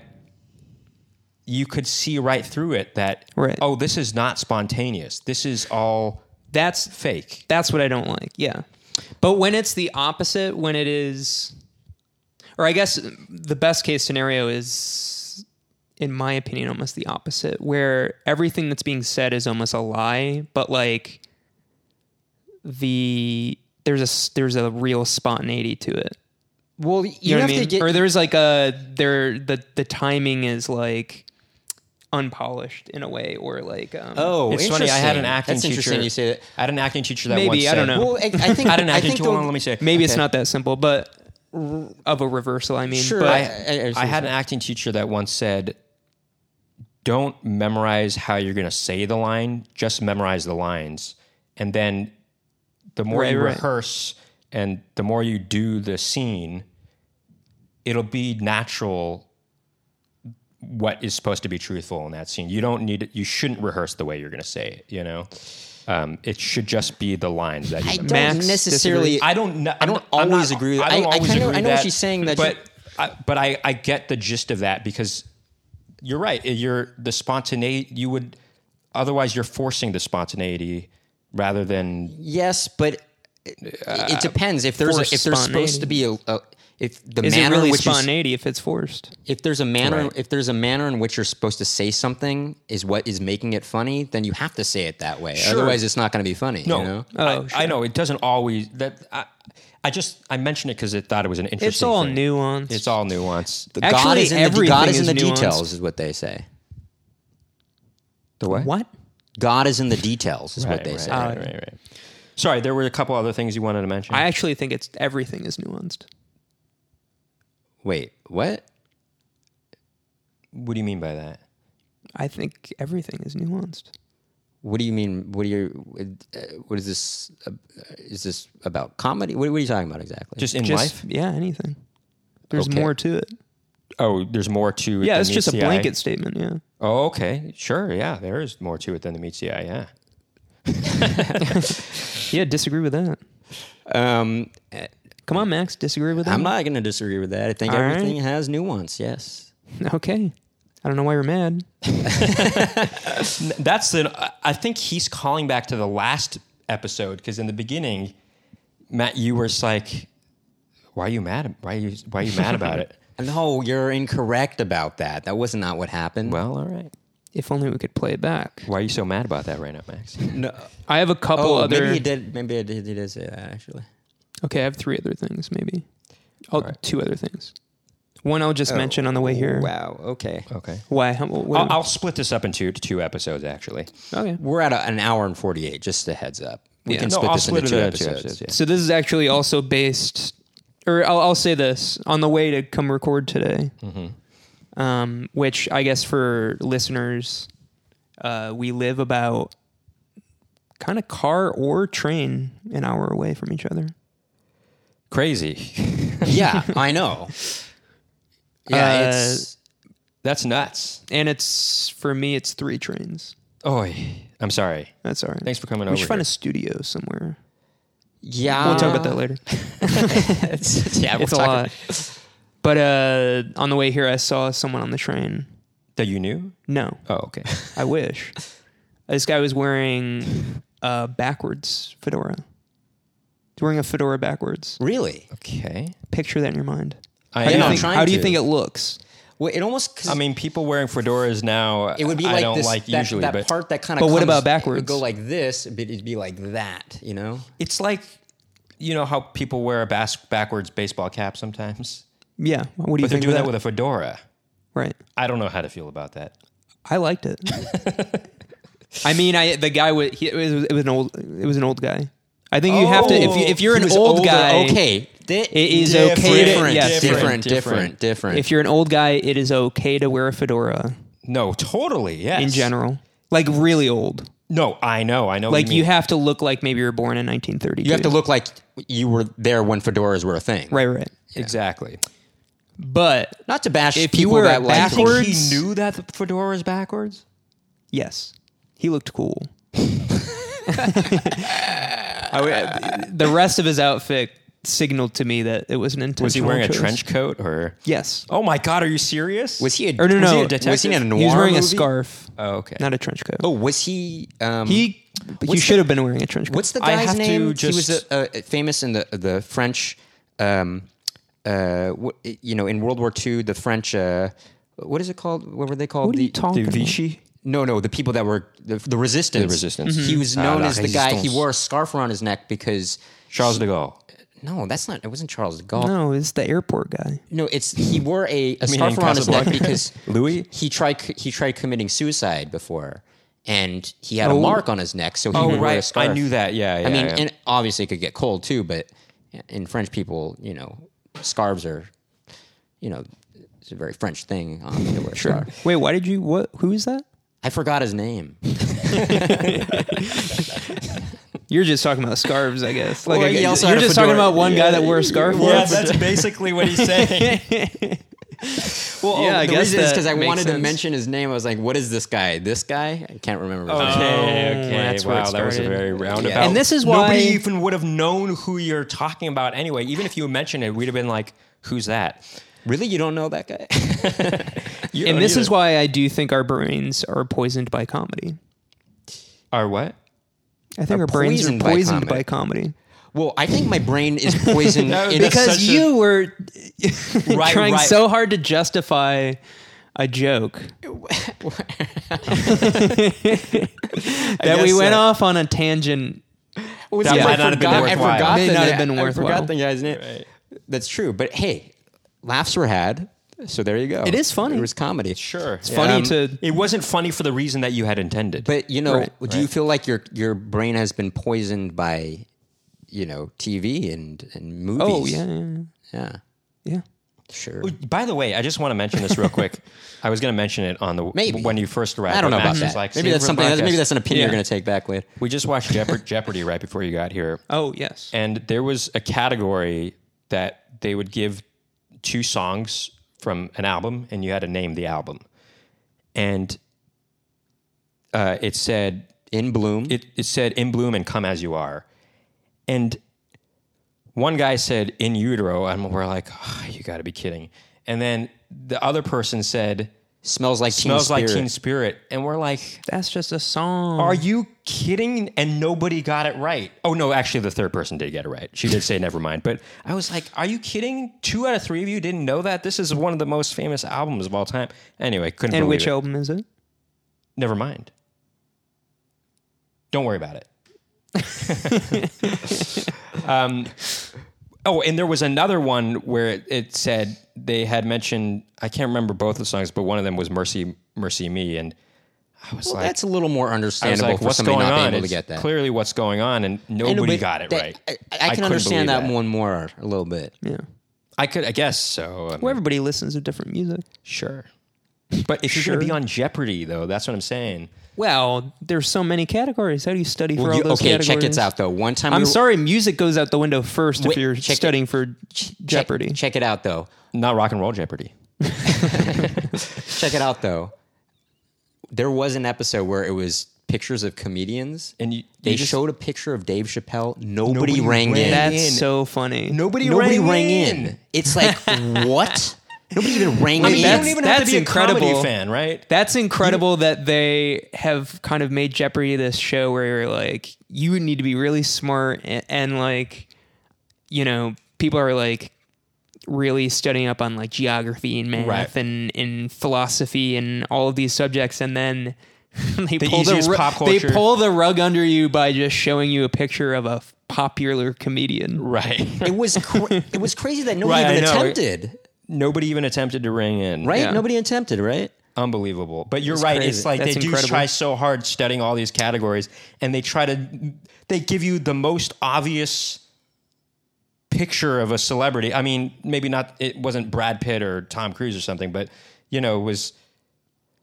Speaker 3: you could see right through it that
Speaker 2: Right.
Speaker 3: oh, this is not spontaneous. This is all
Speaker 2: That's
Speaker 3: fake.
Speaker 2: that's what I don't like. Yeah. But when it's the opposite, when it is or I guess the best case scenario is in my opinion almost the opposite where everything that's being said is almost a lie, but like the there's a s- there's a real spontaneity to it.
Speaker 1: Well, you,
Speaker 2: You know
Speaker 1: have
Speaker 2: what I mean?
Speaker 1: to get.
Speaker 2: or there's like a there the the timing is like unpolished in a way or like um,
Speaker 1: oh,
Speaker 3: it's funny. I had
Speaker 1: interesting.
Speaker 3: an acting
Speaker 1: That's
Speaker 3: teacher.
Speaker 1: interesting. You say that.
Speaker 3: I had an acting teacher that
Speaker 2: Maybe,
Speaker 3: once
Speaker 2: I don't
Speaker 3: said-
Speaker 2: know.
Speaker 1: Well, I, I think
Speaker 3: I had an
Speaker 1: I
Speaker 3: acting
Speaker 1: think
Speaker 3: teacher. Hold
Speaker 1: the-
Speaker 3: on, let me say.
Speaker 2: Maybe it's
Speaker 1: Okay.
Speaker 2: not that simple, but of a reversal, I mean.
Speaker 1: Sure,
Speaker 2: but
Speaker 1: I-
Speaker 3: I,
Speaker 1: see
Speaker 3: I had an acting teacher that once said, "Don't memorize how you're going to say the line. Just memorize the lines, and then the more
Speaker 2: Right,
Speaker 3: you
Speaker 2: right.
Speaker 3: rehearse and the more you do the scene, it'll be natural." What is supposed to be truthful in that scene? You don't need. You shouldn't rehearse the way you're going to say it. You know, um, it should just be the lines that you.
Speaker 1: I
Speaker 3: memorize.
Speaker 1: don't
Speaker 2: Max
Speaker 1: necessarily.
Speaker 2: disagrees.
Speaker 3: I don't. kn- I'm
Speaker 1: don't
Speaker 3: not- I'm
Speaker 1: always
Speaker 3: not-
Speaker 1: agree with-
Speaker 3: I
Speaker 1: I-
Speaker 3: don't
Speaker 1: I
Speaker 3: always
Speaker 1: kinda-
Speaker 3: agree
Speaker 1: I know what
Speaker 3: that,
Speaker 1: she's saying, that
Speaker 3: but I, but I, I get the gist of that because you're right. eh, You're the spontaneity. You would otherwise you're forcing the spontaneity rather than
Speaker 1: Yes, but it,
Speaker 2: Uh,
Speaker 1: it depends if there's a,
Speaker 2: forced
Speaker 1: if there's supposed to be a, a if the
Speaker 2: is it
Speaker 1: manner
Speaker 2: really
Speaker 1: in which you s-
Speaker 2: spontaneity if it's forced?
Speaker 1: if there's a manner
Speaker 3: Right.
Speaker 1: if there's a manner in which you're supposed to say something is what is making it funny, then you have to say it that way. Otherwise, it's not going to be funny.
Speaker 3: no.
Speaker 1: you know?
Speaker 2: Oh,
Speaker 3: I,
Speaker 2: sure.
Speaker 3: I know it doesn't always. That I, I just I mentioned it because I thought it was an interesting.
Speaker 2: It's all
Speaker 3: thing.
Speaker 2: nuanced.
Speaker 3: It's all nuance. The,
Speaker 1: God
Speaker 2: Actually,
Speaker 1: is in the, God
Speaker 2: everything
Speaker 1: is in
Speaker 2: is
Speaker 1: the
Speaker 2: nuanced.
Speaker 1: details, is what they say.
Speaker 3: what?
Speaker 2: what? Uh,
Speaker 1: God is in the details, is what
Speaker 3: Right,
Speaker 1: they
Speaker 3: right,
Speaker 1: say.
Speaker 3: right, right, right. Sorry, there were a couple other things you wanted to mention.
Speaker 2: I actually think it's everything is nuanced.
Speaker 1: Wait, what?
Speaker 3: what do you mean by that?
Speaker 2: I think everything is nuanced.
Speaker 1: What do you mean? What do you? uh, What is this? Uh, is this about comedy? What, what are you talking about exactly?
Speaker 3: Just in
Speaker 2: Just
Speaker 3: life?
Speaker 2: yeah, anything. There's
Speaker 1: Okay.
Speaker 2: more to it.
Speaker 3: Oh, there's more to it.
Speaker 2: Yeah,
Speaker 3: than
Speaker 2: it's just a
Speaker 3: meets the eye?
Speaker 2: blanket statement. Yeah.
Speaker 3: Oh, okay. Sure. Yeah, there is more to it than the meets the eye. Yeah.
Speaker 2: Yeah, disagree with that.
Speaker 1: um,
Speaker 2: Come on, Max, disagree with that.
Speaker 1: I'm not going to disagree with that. I think
Speaker 2: All right.
Speaker 1: everything has nuance. Yes.
Speaker 2: Okay. I don't know why you're mad.
Speaker 3: That's the. I- I think he's calling back to the last episode because in the beginning, Matt, you were just like, "Why are you mad? Why are you Why are you mad about it?"
Speaker 1: No, you're incorrect about that. That was not what happened.
Speaker 3: Well, all right.
Speaker 2: If only we could play it back.
Speaker 3: Why are you so mad about that right now, Max?
Speaker 1: no.
Speaker 2: I have a couple
Speaker 1: Oh,
Speaker 2: other.
Speaker 1: maybe he did. Maybe he did, he did say that actually.
Speaker 2: Okay, I have three other things, maybe. Oh, two other things. One I'll just mention on the way here.
Speaker 1: Oh, Wow. Okay.
Speaker 3: Okay.
Speaker 2: Why? How- what- oh,
Speaker 3: I'll, I'll split this up into two episodes, actually.
Speaker 2: okay.
Speaker 1: We're at a, an hour and forty-eight. Just a heads up. We
Speaker 2: Yeah.
Speaker 1: can
Speaker 2: No,
Speaker 1: split
Speaker 3: I'll
Speaker 1: this
Speaker 3: split
Speaker 1: into two
Speaker 3: it into two
Speaker 1: episodes.
Speaker 3: episodes,
Speaker 2: So this is actually also based, or I'll, I'll say this on the way to come record today,
Speaker 1: Mm-hmm.
Speaker 2: um, which I guess for listeners, uh, we live about kind of car or train an hour away from each other.
Speaker 3: Crazy.
Speaker 1: yeah, I know. Yeah, it's
Speaker 3: That's nuts.
Speaker 2: And it's for me, it's three trains.
Speaker 3: Oh, I'm sorry.
Speaker 2: That's all right.
Speaker 3: Thanks for coming
Speaker 2: we
Speaker 3: over
Speaker 2: should find
Speaker 3: here.
Speaker 2: a studio somewhere.
Speaker 1: yeah.
Speaker 2: We'll talk about that later.
Speaker 1: that. yeah, we'll
Speaker 2: it's a
Speaker 1: talk
Speaker 2: lot. But uh, on the way here, I saw someone on the train.
Speaker 3: That you knew?
Speaker 2: No,
Speaker 3: Oh, okay.
Speaker 2: I wish. this guy was wearing a backwards fedora. He's wearing a fedora backwards.
Speaker 1: Really?
Speaker 3: okay.
Speaker 2: Picture that in your mind.
Speaker 3: I
Speaker 2: How do
Speaker 3: am.
Speaker 2: you,
Speaker 1: I'm
Speaker 2: think,
Speaker 1: trying
Speaker 2: how do you
Speaker 1: to.
Speaker 2: think it looks?
Speaker 1: Well, it almost. 'cause
Speaker 3: I mean, people wearing fedoras now.
Speaker 1: it would be
Speaker 3: I
Speaker 1: like
Speaker 3: don't
Speaker 1: this,
Speaker 3: like
Speaker 1: that,
Speaker 3: usually,
Speaker 1: that
Speaker 3: but
Speaker 1: part that kind of.
Speaker 2: But what about backwards?
Speaker 1: It would go like this, but it'd be like that. You know.
Speaker 3: it's like you know how people wear a bas- backwards baseball cap sometimes,
Speaker 2: Yeah. What do you
Speaker 3: but they're
Speaker 2: think?
Speaker 3: doing that
Speaker 2: of
Speaker 3: with a fedora.
Speaker 2: right.
Speaker 3: I don't know how to feel about that.
Speaker 2: I liked it. I mean, I the guy was he, it was it was an old it was an old guy. I think you have to if you, if you're
Speaker 1: He
Speaker 2: an
Speaker 1: was
Speaker 2: old
Speaker 1: older,
Speaker 2: guy.
Speaker 1: okay. It
Speaker 2: is okay to-
Speaker 1: Different,
Speaker 2: yes,
Speaker 1: different,
Speaker 3: different,
Speaker 1: different, different.
Speaker 2: If you're an old guy, it is okay to wear a fedora
Speaker 3: No, totally. Yes.
Speaker 2: in general. Like really old.
Speaker 3: No, I know. I know.
Speaker 2: Like
Speaker 3: what you,
Speaker 2: you
Speaker 3: mean.
Speaker 2: have to look like maybe you were born in 1932.
Speaker 1: you have to look like you were there when fedoras were a thing.
Speaker 2: right, right.
Speaker 3: exactly.
Speaker 2: But
Speaker 1: Not to bash
Speaker 2: If you
Speaker 1: people
Speaker 2: were
Speaker 1: that like
Speaker 2: backwards-
Speaker 3: He knew that the fedora is backwards.
Speaker 2: Yes, he looked cool. I would- the rest of his outfit signaled to me that it was an intentional.
Speaker 3: Was he wearing
Speaker 2: choice.
Speaker 3: a trench coat or?
Speaker 2: Yes.
Speaker 3: Oh my God! Are you serious?
Speaker 1: Was he a
Speaker 2: Or no,
Speaker 1: was he
Speaker 2: no,
Speaker 1: a detective?
Speaker 3: was he in a
Speaker 1: a
Speaker 2: he was wearing a
Speaker 1: movie?
Speaker 2: scarf,
Speaker 3: Oh, okay.
Speaker 2: not a trench coat.
Speaker 1: Oh, was he? Um,
Speaker 2: he he
Speaker 1: what's
Speaker 2: should
Speaker 1: the-
Speaker 2: have been wearing a trench coat.
Speaker 1: What's the
Speaker 3: I
Speaker 1: guy's
Speaker 3: have to
Speaker 1: name? he
Speaker 3: just-
Speaker 1: was uh, uh, famous in the the French, um, uh, what, you know, in World War II, the French. Uh, what is it called? What were they called?
Speaker 2: What are
Speaker 1: the
Speaker 2: you talking about?
Speaker 1: no, no, the people that were the, the resistance. The
Speaker 3: resistance.
Speaker 1: He was
Speaker 3: Ah,
Speaker 1: known
Speaker 3: la
Speaker 1: as the guy. He
Speaker 3: Résistance.
Speaker 1: wore a scarf around his neck because
Speaker 3: Charles de Gaulle.
Speaker 1: no, that's not. It wasn't Charles de Gaulle. No,
Speaker 2: No, it's the airport guy.
Speaker 1: it's he wore a, a
Speaker 3: mean in
Speaker 1: scarf around his neck
Speaker 3: Casablanca?
Speaker 1: because
Speaker 3: Louis?
Speaker 1: he tried c- he tried committing suicide before, and he had a mark on his neck, so he
Speaker 3: Oh
Speaker 1: would wear a
Speaker 3: right,
Speaker 1: scarf.
Speaker 3: I knew that. Yeah, yeah.
Speaker 1: I mean,
Speaker 3: yeah.
Speaker 1: and obviously it could get cold too, but in French people, you know, scarves are, you know, it's a very French thing um, to wear a scarf.
Speaker 2: Wait, why did you? What? Who is that?
Speaker 1: I forgot his name.
Speaker 2: You're just talking about scarves, I guess. Like,
Speaker 1: Well,
Speaker 2: I
Speaker 1: he
Speaker 2: guess-
Speaker 1: also had
Speaker 2: you're
Speaker 1: a
Speaker 2: just talking
Speaker 1: fedora.
Speaker 2: about one guy that wore a scarf.
Speaker 3: yeah, that's basically what he's saying.
Speaker 1: Well,
Speaker 2: Yeah, I
Speaker 1: the reason
Speaker 2: guess
Speaker 1: is
Speaker 2: that
Speaker 1: because I
Speaker 2: makes
Speaker 1: wanted to
Speaker 2: sense.
Speaker 1: mention his name. I was like, "What is this guy? This guy? I can't remember." His name.
Speaker 3: Okay, okay.
Speaker 2: that's where it
Speaker 3: wow, that was a
Speaker 2: started.
Speaker 3: very roundabout.
Speaker 2: And this is
Speaker 3: nobody
Speaker 2: why-
Speaker 3: even would have known who you're talking about anyway. Even if you mentioned it, we'd have been like, "Who's that?"
Speaker 1: Really, you don't know that guy?
Speaker 3: You
Speaker 2: and
Speaker 3: don't
Speaker 2: this is
Speaker 3: either.
Speaker 2: why I do think our brains are poisoned by comedy.
Speaker 3: Our what?
Speaker 2: I think our brains are
Speaker 1: poisoned by
Speaker 2: poisoned
Speaker 1: comedy.
Speaker 2: by comedy.
Speaker 1: well, I think my brain is poisoned.
Speaker 3: No,
Speaker 1: in a-
Speaker 2: because
Speaker 3: that's- such a-
Speaker 2: you were
Speaker 3: Right,
Speaker 2: trying
Speaker 3: right.
Speaker 2: so hard to justify a joke that we
Speaker 3: guess,
Speaker 2: went
Speaker 3: uh,
Speaker 2: off on a tangent.
Speaker 1: Was
Speaker 3: That
Speaker 1: it-
Speaker 3: might
Speaker 1: I
Speaker 3: not have been
Speaker 1: forgot-
Speaker 3: worthwhile.
Speaker 1: I forgot
Speaker 2: May
Speaker 1: the
Speaker 2: not
Speaker 1: na-
Speaker 2: have been
Speaker 1: I
Speaker 2: worthwhile.
Speaker 1: forgot the guy's name. That's true. But hey, laughs were had. So there you go.
Speaker 2: It is funny.
Speaker 1: It was comedy.
Speaker 3: Sure, it's
Speaker 2: Funny
Speaker 1: Um,
Speaker 2: to
Speaker 3: It wasn't funny for the reason that you had intended.
Speaker 1: But you know,
Speaker 2: Right.
Speaker 1: do you feel like your your brain has been poisoned by, you know, TV and and movies?
Speaker 2: oh yeah, yeah,
Speaker 1: yeah.
Speaker 2: yeah.
Speaker 1: Sure.
Speaker 3: By the way, I just want to mention this real quick. I was going to mention it on the
Speaker 1: Maybe.
Speaker 3: when you first arrived.
Speaker 1: I don't
Speaker 3: but
Speaker 1: know about
Speaker 3: Max was
Speaker 1: that.
Speaker 3: Like,
Speaker 1: maybe
Speaker 3: "Save
Speaker 1: that's
Speaker 3: for the
Speaker 1: something.
Speaker 3: podcast."
Speaker 1: maybe that's an opinion
Speaker 2: Yeah.
Speaker 1: you're going to take back later.
Speaker 3: We just watched Jeopardy, Jeopardy right before you got here,
Speaker 2: Oh yes.
Speaker 3: and there was a category that they would give two songs from an album, and you had to name the album. And uh, it said
Speaker 1: In Bloom.
Speaker 3: it, it said in bloom and come as you are and one guy said in utero and we're like "Ah, you gotta be kidding and then the other person said
Speaker 1: smells like teen
Speaker 3: smells like
Speaker 1: Spirit.
Speaker 3: teen spirit and we're like
Speaker 2: That's just a song.
Speaker 3: are you kidding and nobody got it right oh no actually the third person did get it right she did say never mind but i was like are you kidding two out of three of you didn't know that this is one of the most famous albums of all time anyway couldn't
Speaker 2: and
Speaker 3: believe
Speaker 2: which
Speaker 3: it.
Speaker 2: album is it?
Speaker 3: never mind don't worry about it um, oh and there was another one where it, it said they had mentioned i can't remember both the songs but one of them was mercy mercy me and i was
Speaker 1: Well,
Speaker 3: like
Speaker 1: that's a little more
Speaker 3: I was
Speaker 1: understandable
Speaker 3: like,
Speaker 1: for
Speaker 3: what's
Speaker 1: somebody
Speaker 3: going
Speaker 1: not being
Speaker 3: on?
Speaker 1: able
Speaker 3: It's
Speaker 1: to get that.
Speaker 3: Clearly, what's going on, and
Speaker 1: I know,
Speaker 3: nobody
Speaker 1: but
Speaker 3: got it
Speaker 1: that-
Speaker 3: right.
Speaker 1: I, I can
Speaker 3: couldn't believe
Speaker 1: understand that, one more a little bit.
Speaker 2: Yeah.
Speaker 3: I could, I guess so. I mean,
Speaker 2: Well, everybody listens to different music.
Speaker 3: sure, but if you're going to
Speaker 2: Sure.
Speaker 3: be on Jeopardy, though, that's what I'm saying.
Speaker 2: Well, there's so many categories. How do you study for
Speaker 1: Well,
Speaker 2: all
Speaker 1: you-
Speaker 2: those
Speaker 1: okay,
Speaker 2: categories?
Speaker 1: check this out though. One time,
Speaker 2: I'm
Speaker 1: we were-
Speaker 2: sorry, music goes out the window first
Speaker 1: Wait,
Speaker 2: if you're
Speaker 1: check it-
Speaker 2: studying for Je-
Speaker 1: check-
Speaker 2: Jeopardy.
Speaker 1: Check, it out though.
Speaker 3: Not rock and roll Jeopardy.
Speaker 1: Check it out though. There was an episode where it was pictures of comedians,
Speaker 3: And you-
Speaker 1: they
Speaker 3: you just-
Speaker 1: showed a picture of Dave Chappelle. Nobody, rang
Speaker 3: rang
Speaker 1: in.
Speaker 3: that-
Speaker 2: That's
Speaker 3: in.
Speaker 2: so funny.
Speaker 3: Nobody,
Speaker 1: Nobody
Speaker 3: rang,
Speaker 1: rang
Speaker 3: in.
Speaker 1: in. It's like what? Nobody even rang
Speaker 3: I mean,
Speaker 1: in.
Speaker 3: you
Speaker 2: That's-
Speaker 3: don't even have to
Speaker 2: that's
Speaker 3: be a comedy
Speaker 2: incredible.
Speaker 3: fan, right?
Speaker 2: That's incredible that they have kind of made Jeopardy this show where you're like, you would need to be really smart and, and like, you know, people are like really studying up on like geography and math
Speaker 3: Right.
Speaker 2: and, and philosophy and all of these subjects. And then they,
Speaker 3: The
Speaker 2: pull the
Speaker 3: easiest
Speaker 2: ru-
Speaker 3: pop
Speaker 2: they
Speaker 3: culture.
Speaker 2: pull the rug under you by just showing you a picture of a f- popular comedian.
Speaker 3: right.
Speaker 1: It was cra- it was crazy that nobody
Speaker 3: Right, I
Speaker 1: even
Speaker 3: know.
Speaker 1: attempted.
Speaker 3: Nobody even attempted to ring in.
Speaker 1: Right?
Speaker 2: Yeah.
Speaker 1: Nobody attempted. Right?
Speaker 3: Unbelievable. But you're right.
Speaker 2: crazy.
Speaker 3: It's like
Speaker 2: That's
Speaker 3: they do
Speaker 2: incredible.
Speaker 3: try so hard studying all these categories, and they try to they give you the most obvious picture of a celebrity. I mean, maybe not. It wasn't Brad Pitt or Tom Cruise or something, but you know, it was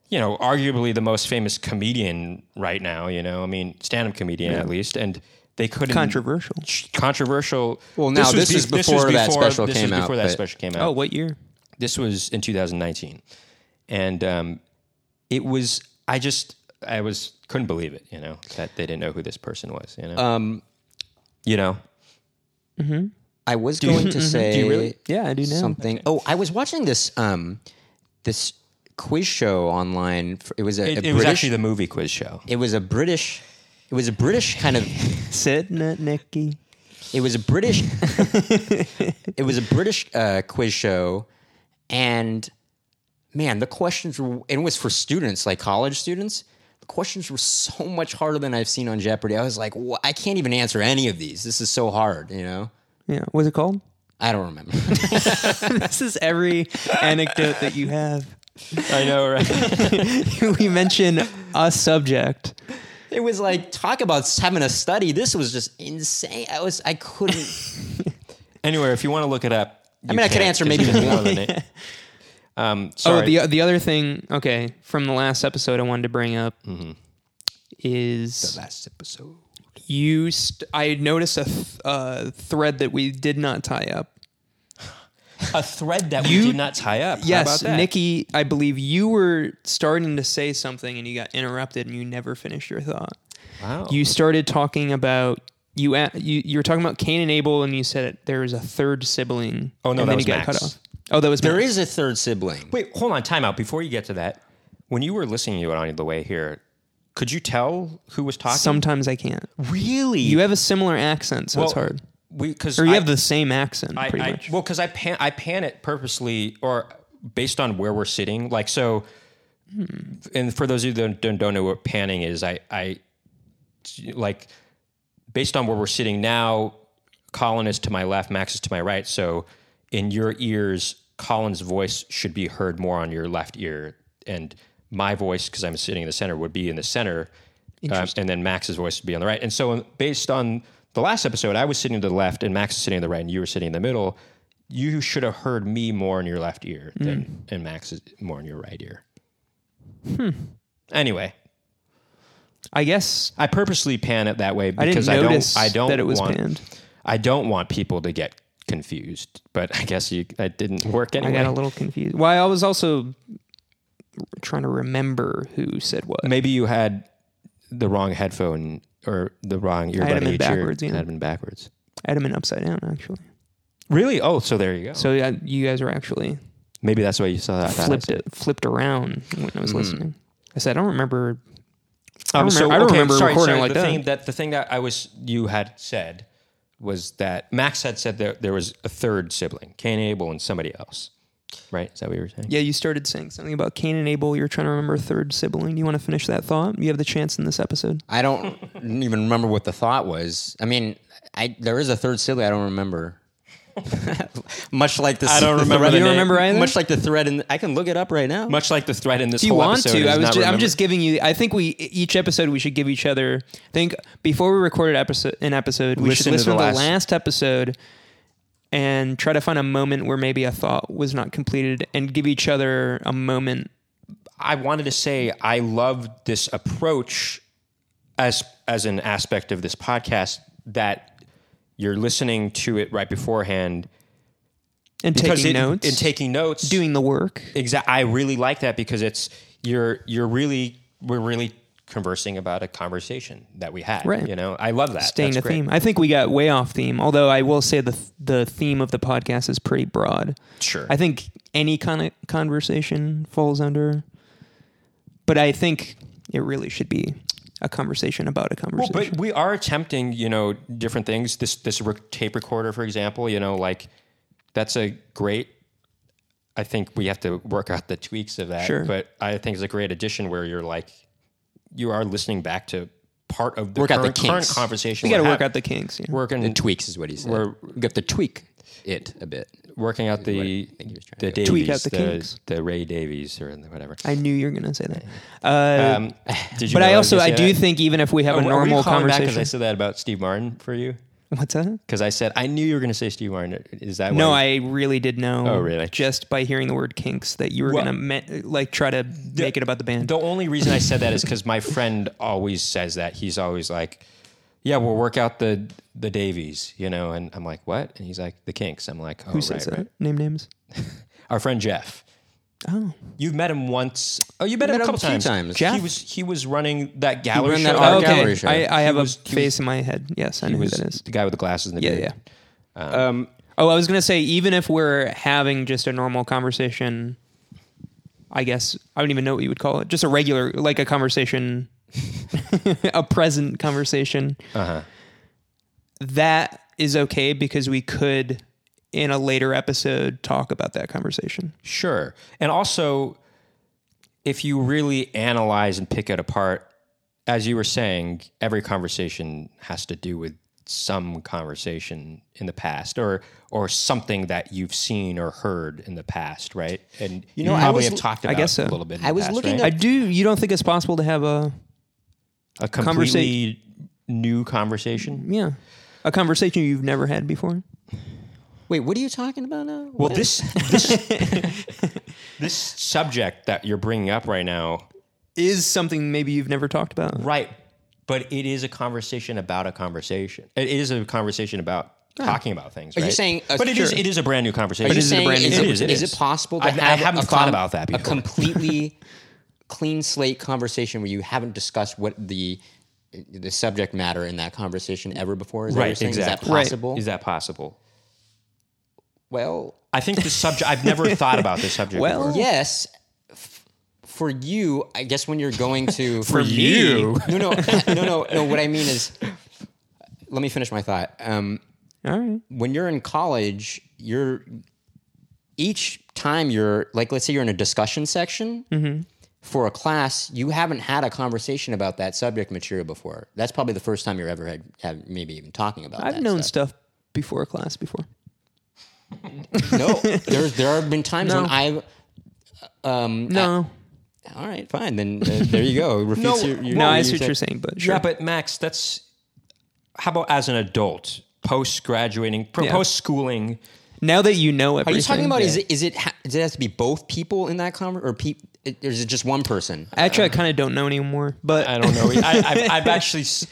Speaker 3: you know arguably the most famous comedian right now. You know, I mean, stand-up comedian at least, and they couldn't
Speaker 2: Controversial.
Speaker 3: controversial.
Speaker 1: Well, now
Speaker 3: was
Speaker 1: this is
Speaker 3: be-
Speaker 1: before that special
Speaker 3: this
Speaker 1: came
Speaker 3: was
Speaker 1: out,
Speaker 3: Before that
Speaker 1: but-
Speaker 3: special came out
Speaker 2: Oh, what year?
Speaker 3: this was in 2019 and um, it was i just i was couldn't believe it you know that they didn't know who this person was you know
Speaker 1: Um,
Speaker 3: you know
Speaker 1: I was going to say
Speaker 3: mm-hmm. really?
Speaker 2: Yeah, I do now.
Speaker 1: something. Oh, I was watching this um this quiz show online. For, it was a, a
Speaker 3: it, it
Speaker 1: British.
Speaker 3: was actually the movie quiz show
Speaker 1: it was a British. It was a British kind of.
Speaker 2: Sitting at Nicky.
Speaker 1: It was a British. it was a British uh, quiz show, and man, the questions were. and It was for students, like college students. The questions were so much harder than I've seen on Jeopardy. I was like, "Wha- I can't even answer any of these. This is so hard. You know,
Speaker 2: Yeah. What's it called?
Speaker 1: I don't remember.
Speaker 2: This is every anecdote that you have.
Speaker 3: i know right
Speaker 2: we mention a subject.
Speaker 1: it was like talk about having a study. This was just insane. I was, I couldn't.
Speaker 3: anyway if you want to look it up i
Speaker 1: mean, I could answer maybe
Speaker 3: more than it um sorry.
Speaker 2: Oh, the the other thing, okay, from the last episode I wanted to bring up
Speaker 3: Mm-hmm.
Speaker 2: is
Speaker 3: last episode
Speaker 2: you. St- I noticed a th- uh, thread that we did not tie up.
Speaker 3: a thread that
Speaker 2: You-
Speaker 3: we did not tie up How about
Speaker 2: Yes,
Speaker 3: that?
Speaker 2: Nikki, I believe you were starting to say something and you got interrupted and you never finished your thought.
Speaker 3: wow
Speaker 2: you started talking about you, a- you you were talking about Cain and Abel, and you said there was a third sibling.
Speaker 3: Oh,
Speaker 2: and
Speaker 3: no, that
Speaker 2: then
Speaker 3: was
Speaker 2: you got
Speaker 3: Max.
Speaker 2: cut off. Oh, that was
Speaker 1: There
Speaker 2: Max.
Speaker 1: is a third sibling.
Speaker 3: wait hold on time out before you get to that when you were listening to it on the way here could you tell who was talking
Speaker 2: Sometimes I can't.
Speaker 3: really
Speaker 2: You have a similar accent, so it's
Speaker 3: Well,
Speaker 2: hard.
Speaker 3: we because
Speaker 2: Or you have the same accent,
Speaker 3: I,
Speaker 2: pretty
Speaker 3: I
Speaker 2: much.
Speaker 3: well, because I pan I pan it purposely or based on where we're sitting. Like so, and for those of you that don't, don't know what panning is, I I like based on where we're sitting now. Colin is to my left, Max is to my right. So in your ears, Colin's voice should be heard more on your left ear, and my voice, because I'm sitting in the center, would be in the center, um, and then Max's voice would be on the right. And so based on the last episode, I was sitting to the left, and Max was sitting to the right, and you were sitting in the middle. you should have heard me more in your left ear than and Max is more in your right ear. Hmm. Anyway,
Speaker 2: I guess
Speaker 3: I purposely pan it that way
Speaker 2: I didn't
Speaker 3: because I,
Speaker 2: notice
Speaker 3: don't. I don't
Speaker 2: that it was
Speaker 3: want.
Speaker 2: banned.
Speaker 3: I don't want people to get confused. But I guess you, that didn't work
Speaker 2: I
Speaker 3: anyway.
Speaker 2: got a little confused. Well, I was also trying to remember who said what.
Speaker 3: Maybe you had the wrong headphone or the wrong earbud.
Speaker 2: I had 'em in
Speaker 3: each ear.
Speaker 2: backwards, yeah.
Speaker 3: I had 'em in backwards.
Speaker 2: I had him in upside down actually.
Speaker 3: Really? Oh, so there you go.
Speaker 2: So yeah, you guys were actually
Speaker 3: Maybe that's why you saw that.
Speaker 2: flipped it, flipped around when I was
Speaker 3: Mm-hmm.
Speaker 2: listening. I said I don't remember. I
Speaker 3: Um,
Speaker 2: don't
Speaker 3: so,
Speaker 2: remember, I don't
Speaker 3: okay,
Speaker 2: remember
Speaker 3: sorry,
Speaker 2: recording
Speaker 3: sorry,
Speaker 2: like
Speaker 3: the
Speaker 2: that.
Speaker 3: Thing that. The thing that I was you had said was that Max had said that there was a third sibling, Cain Abel and somebody else. Right? Is that what you were saying?
Speaker 2: Yeah, you started saying something about Cain and Abel. You're trying to remember a third sibling. Do you want to finish that thought? You have the chance in this episode.
Speaker 1: I don't even remember what the thought was. I mean, I there is a third sibling I don't remember. much like this, I
Speaker 3: don't remember the
Speaker 1: Thread,
Speaker 3: You don't name. remember
Speaker 2: either?
Speaker 1: Much like the thread, in I can look it up right now.
Speaker 3: Much like the thread in this
Speaker 2: If you
Speaker 3: whole
Speaker 2: want
Speaker 3: episode.
Speaker 2: to,
Speaker 3: is
Speaker 2: I was.
Speaker 3: not
Speaker 2: Just, I'm
Speaker 3: remember-
Speaker 2: just giving you. I think we e, each episode we should give each other. I think before we record an episode, an episode, we should
Speaker 3: Listen to
Speaker 2: listen
Speaker 3: the
Speaker 2: to the
Speaker 3: last-
Speaker 2: last episode and try to find a moment where maybe a thought was not completed, and give each other a moment.
Speaker 3: I wanted to say I love this approach as as an aspect of this podcast that you're listening to it right beforehand
Speaker 2: And
Speaker 3: because
Speaker 2: taking
Speaker 3: it-
Speaker 2: notes
Speaker 3: and taking notes.
Speaker 2: doing the work.
Speaker 3: Exactly. I really like that because it's you're you're really we're really conversing about a conversation that we had.
Speaker 2: Right.
Speaker 3: You know, I love that.
Speaker 2: staying
Speaker 3: That's
Speaker 2: to
Speaker 3: great.
Speaker 2: theme. I think we got way off theme. Although I will say the th- the theme of the podcast is pretty broad.
Speaker 3: Sure.
Speaker 2: I think any kind of conversation falls under, but I think it really should be a conversation about a
Speaker 3: Well,
Speaker 2: conversation.
Speaker 3: but we are attempting, you know, different things. This this re- tape recorder, for example, you know, like that's a great. I think we have to work out the tweaks of that.
Speaker 2: Sure.
Speaker 3: But I think it's a great addition where you're like, you are listening back to part of the,
Speaker 1: Work out the
Speaker 3: current, current
Speaker 1: kinks.
Speaker 3: conversation.
Speaker 2: we got to
Speaker 3: we're
Speaker 2: work
Speaker 3: having.
Speaker 2: out the kinks. yeah.
Speaker 3: working
Speaker 1: the tweaks is what he said.
Speaker 3: We're-
Speaker 1: we got to tweak it a bit.
Speaker 3: working out the
Speaker 1: think he was trying
Speaker 3: the
Speaker 1: to do.
Speaker 3: Davies,
Speaker 2: Tweak out
Speaker 3: the,
Speaker 2: the kinks.
Speaker 3: the Ray Davies or whatever.
Speaker 2: I knew you were gonna say that. Uh,
Speaker 3: Um, did you
Speaker 2: but
Speaker 3: know
Speaker 2: I
Speaker 3: was
Speaker 2: also
Speaker 3: gonna
Speaker 2: I
Speaker 3: say
Speaker 2: do
Speaker 3: that?
Speaker 2: think even if we have
Speaker 3: Are
Speaker 2: a
Speaker 3: we- are we
Speaker 2: normal
Speaker 3: calling back 'cause I
Speaker 2: conversation,
Speaker 3: said that about Steve Martin for you
Speaker 2: what's that?
Speaker 3: because I said I knew you were going to say Steve Martin. Is that
Speaker 2: No,
Speaker 3: why-
Speaker 2: I really did know.
Speaker 3: Oh, really?
Speaker 2: Just by hearing the word kinks, that you were
Speaker 3: Well-
Speaker 2: gonna me- like try to make it about the band.
Speaker 3: The only reason I said that is because my friend always says that. He's always like, "Yeah, we'll work out the the Davies," you know. And I'm like, "What?" And he's like, "The Kinks." I'm like, "Oh,
Speaker 2: Who
Speaker 3: right,
Speaker 2: says
Speaker 3: right."
Speaker 2: that? Name names.
Speaker 3: Our friend Jeff.
Speaker 2: Oh,
Speaker 3: You've met him once. Oh, you met,
Speaker 1: Met
Speaker 3: him a couple
Speaker 1: a few
Speaker 3: times.
Speaker 1: times.
Speaker 3: He
Speaker 1: Jeff?
Speaker 3: was he was running that gallery
Speaker 1: ran
Speaker 3: show.
Speaker 1: that
Speaker 3: out
Speaker 1: art
Speaker 3: there.
Speaker 1: gallery
Speaker 2: Oh, okay.
Speaker 1: show.
Speaker 2: I, I have
Speaker 3: He was-
Speaker 2: a face in my head. Yes, I know
Speaker 3: He
Speaker 2: who
Speaker 3: was
Speaker 2: that is.
Speaker 3: the guy with the glasses and the
Speaker 2: Yeah,
Speaker 3: beard.
Speaker 2: yeah.
Speaker 3: Um,
Speaker 2: Oh, I was gonna say even if we're having just a normal conversation, I guess I don't even know what you would call it. Just a regular, like a conversation, a present conversation.
Speaker 3: Uh-huh.
Speaker 2: That is okay because we could, in a later episode, talk about that conversation.
Speaker 3: Sure. And also, if you really analyze and pick it apart, as you were saying, every conversation has to do with some conversation in the past or or something that you've seen or heard in the past, right? And you know,
Speaker 1: know, I
Speaker 3: probably
Speaker 1: was-
Speaker 3: have talked
Speaker 2: I
Speaker 3: about
Speaker 2: guess so.
Speaker 3: it a little bit. in
Speaker 1: I
Speaker 3: the
Speaker 1: was
Speaker 3: past,
Speaker 1: looking
Speaker 2: I
Speaker 3: right?
Speaker 2: do. You don't think it's possible to have a
Speaker 3: a completely new conversation.
Speaker 2: yeah a conversation you've never had before?
Speaker 1: Wait, what are you talking about now?
Speaker 3: Well, this this this subject that you're bringing up right now,
Speaker 2: Is something maybe you've never talked about?
Speaker 3: Right. But it is a conversation about a conversation. It is a conversation about talking about things.
Speaker 1: Are you
Speaker 3: right?
Speaker 1: saying- uh,
Speaker 3: but it is
Speaker 1: sure.
Speaker 3: it is a brand new conversation.
Speaker 1: Are you
Speaker 3: It is a
Speaker 1: saying
Speaker 3: brand new
Speaker 1: is, it,
Speaker 3: conversation.
Speaker 1: is it possible to
Speaker 3: I,
Speaker 1: have
Speaker 3: I haven't
Speaker 1: a
Speaker 3: thought
Speaker 1: com-
Speaker 3: about that before.
Speaker 1: A completely clean slate conversation where you haven't discussed what the the subject matter in that conversation ever before. Is that what
Speaker 3: Right,
Speaker 1: you're saying? Is
Speaker 3: exactly.
Speaker 1: that
Speaker 2: Right.
Speaker 1: possible?
Speaker 3: is that possible?
Speaker 1: well,
Speaker 3: I think the subject I've never thought about this subject
Speaker 2: Well,
Speaker 3: before.
Speaker 1: yes. F- For you, I guess when you're going to
Speaker 3: For you.
Speaker 1: no, no, no, no, no. What I mean is, let me finish my thought. Um,
Speaker 2: All right.
Speaker 1: when you're in college, you're each time you're like, let's say you're in a discussion section
Speaker 2: Mm-hmm.
Speaker 1: for a class, you haven't had a conversation about that subject material before. That's probably the first time you're ever had, had maybe even talking about.
Speaker 2: I've
Speaker 1: that
Speaker 2: known
Speaker 1: stuff.
Speaker 2: stuff before a class before.
Speaker 1: no. There's there have been times
Speaker 2: No.
Speaker 1: when I've.
Speaker 3: Mm,
Speaker 1: Um,
Speaker 2: No,
Speaker 1: all right, fine. Then uh, there you go. Refuse
Speaker 3: No,
Speaker 1: your, your,
Speaker 2: no, I
Speaker 1: your-
Speaker 2: see what you're saying, but sure.
Speaker 3: Yeah, but Max, that's how about as an adult, post graduating,
Speaker 2: Yeah.
Speaker 3: post schooling,
Speaker 2: Now that you know
Speaker 1: Are
Speaker 2: everything,
Speaker 1: you talking about
Speaker 2: Yeah.
Speaker 1: is it is it ha- does it have to be both people in that conver or pe- it- or is it just one person?
Speaker 2: Actually, I kind of don't know anymore. But
Speaker 3: I don't know. I, I've, I've actually, s-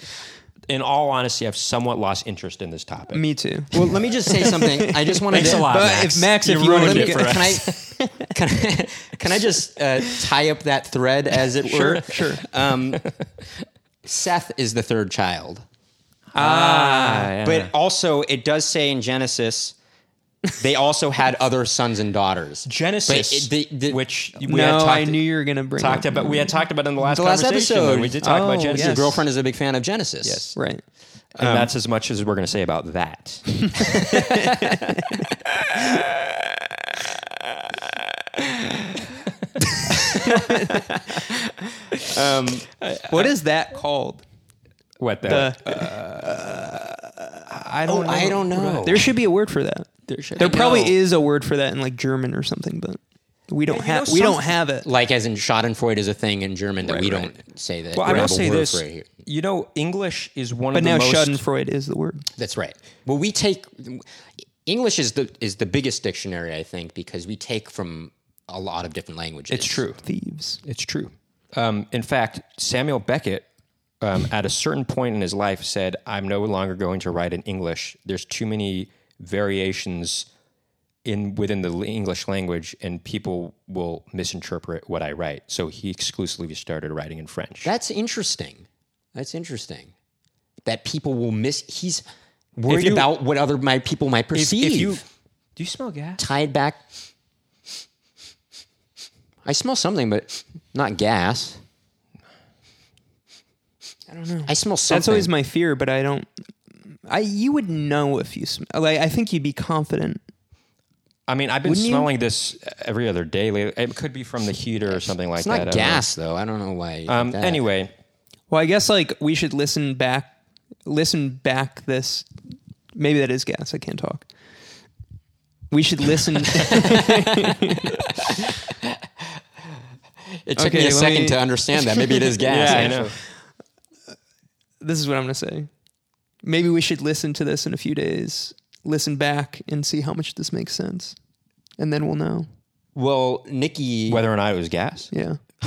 Speaker 3: in all honesty, I've somewhat lost interest in this topic.
Speaker 2: me too.
Speaker 1: Well, let me just say something. I just wanted
Speaker 3: Thanks
Speaker 1: to
Speaker 3: a lot,
Speaker 2: But
Speaker 3: Max.
Speaker 2: if Max, if
Speaker 3: You
Speaker 2: you want
Speaker 3: ruined
Speaker 2: to
Speaker 3: it
Speaker 2: get,
Speaker 3: for us.
Speaker 1: Can I can I, can I just uh, tie up that thread as it were?
Speaker 2: Sure, sure.
Speaker 1: Um, Seth is the third child,
Speaker 3: Ah, yeah.
Speaker 1: but also it does say in Genesis they also had other sons and daughters.
Speaker 3: Genesis,
Speaker 1: But it- the- the-
Speaker 3: which we had
Speaker 2: no,
Speaker 3: talked,
Speaker 2: I knew you were gonna bring
Speaker 3: talked
Speaker 2: up-
Speaker 3: about. We had talked about in the last
Speaker 1: The last
Speaker 3: conversation.
Speaker 1: episode.
Speaker 3: We did talk
Speaker 2: Oh,
Speaker 3: about
Speaker 2: yes.
Speaker 3: Genesis.
Speaker 1: Your girlfriend is a big fan of Genesis.
Speaker 3: Yes.
Speaker 2: right.
Speaker 3: and
Speaker 1: Um,
Speaker 3: that's as much as we're going to say about that. Uh,
Speaker 2: What is that called?
Speaker 3: What the?
Speaker 2: The-
Speaker 3: uh,
Speaker 2: Uh,
Speaker 3: oh, I don't.
Speaker 1: I don't know.
Speaker 2: There should be a word for that. There
Speaker 1: should-
Speaker 2: There
Speaker 1: I know.
Speaker 2: probably is a word for that in like German or something, but we don't
Speaker 3: know,
Speaker 2: have we don't
Speaker 3: some-
Speaker 2: have it.
Speaker 1: like as in Schadenfreude is a thing in German that we
Speaker 2: right.
Speaker 1: don't say that.
Speaker 3: Well, I
Speaker 1: we
Speaker 3: will
Speaker 1: have a
Speaker 3: say
Speaker 1: word
Speaker 3: this.
Speaker 1: for it here.
Speaker 3: You know, English is one
Speaker 2: But
Speaker 3: of the
Speaker 2: now
Speaker 3: most.
Speaker 2: Schadenfreude is the word.
Speaker 1: That's right. Well, we take English is the is the biggest dictionary I think because we take from a lot of different languages.
Speaker 3: It's true.
Speaker 2: Thieves.
Speaker 3: It's true. Um, in fact, Samuel Beckett, um, at a certain point in his life, said, "I'm no longer going to write in English. There's too many variations in within the English language, and people will misinterpret what I write." So he exclusively started writing in French.
Speaker 1: That's interesting. That's interesting. That people will miss. He's
Speaker 3: If
Speaker 1: worried
Speaker 3: you-
Speaker 1: about what other my people might
Speaker 3: If-
Speaker 1: perceive.
Speaker 3: if you- do you smell gas?
Speaker 1: tied back. I smell something, but not gas.
Speaker 2: I don't know.
Speaker 1: I smell something.
Speaker 2: That's always my fear, but I don't. I you would know if you smell. Like I think you'd be confident.
Speaker 3: I mean, I've been
Speaker 2: Wouldn't you?
Speaker 3: smelling this every other day lately. It could be from the heater or something like
Speaker 1: It's
Speaker 3: that.
Speaker 1: not
Speaker 3: I don't know.
Speaker 1: gas though. I don't know why. you think
Speaker 3: Um,
Speaker 1: that.
Speaker 3: anyway,
Speaker 2: Well, I guess like we should listen back. Listen back. This maybe that is gas. I can't talk. We should listen.
Speaker 1: it took
Speaker 2: okay,
Speaker 1: me a
Speaker 2: let
Speaker 1: second
Speaker 2: me-
Speaker 1: to understand that. Maybe it is gas.
Speaker 3: yeah, I
Speaker 1: actually.
Speaker 3: know.
Speaker 2: this is what I'm gonna say. Maybe we should listen to this in a few days. Listen back and see how much this makes sense, and then we'll know.
Speaker 1: Well, Nikki.
Speaker 3: Whether or not it was gas.
Speaker 2: Yeah.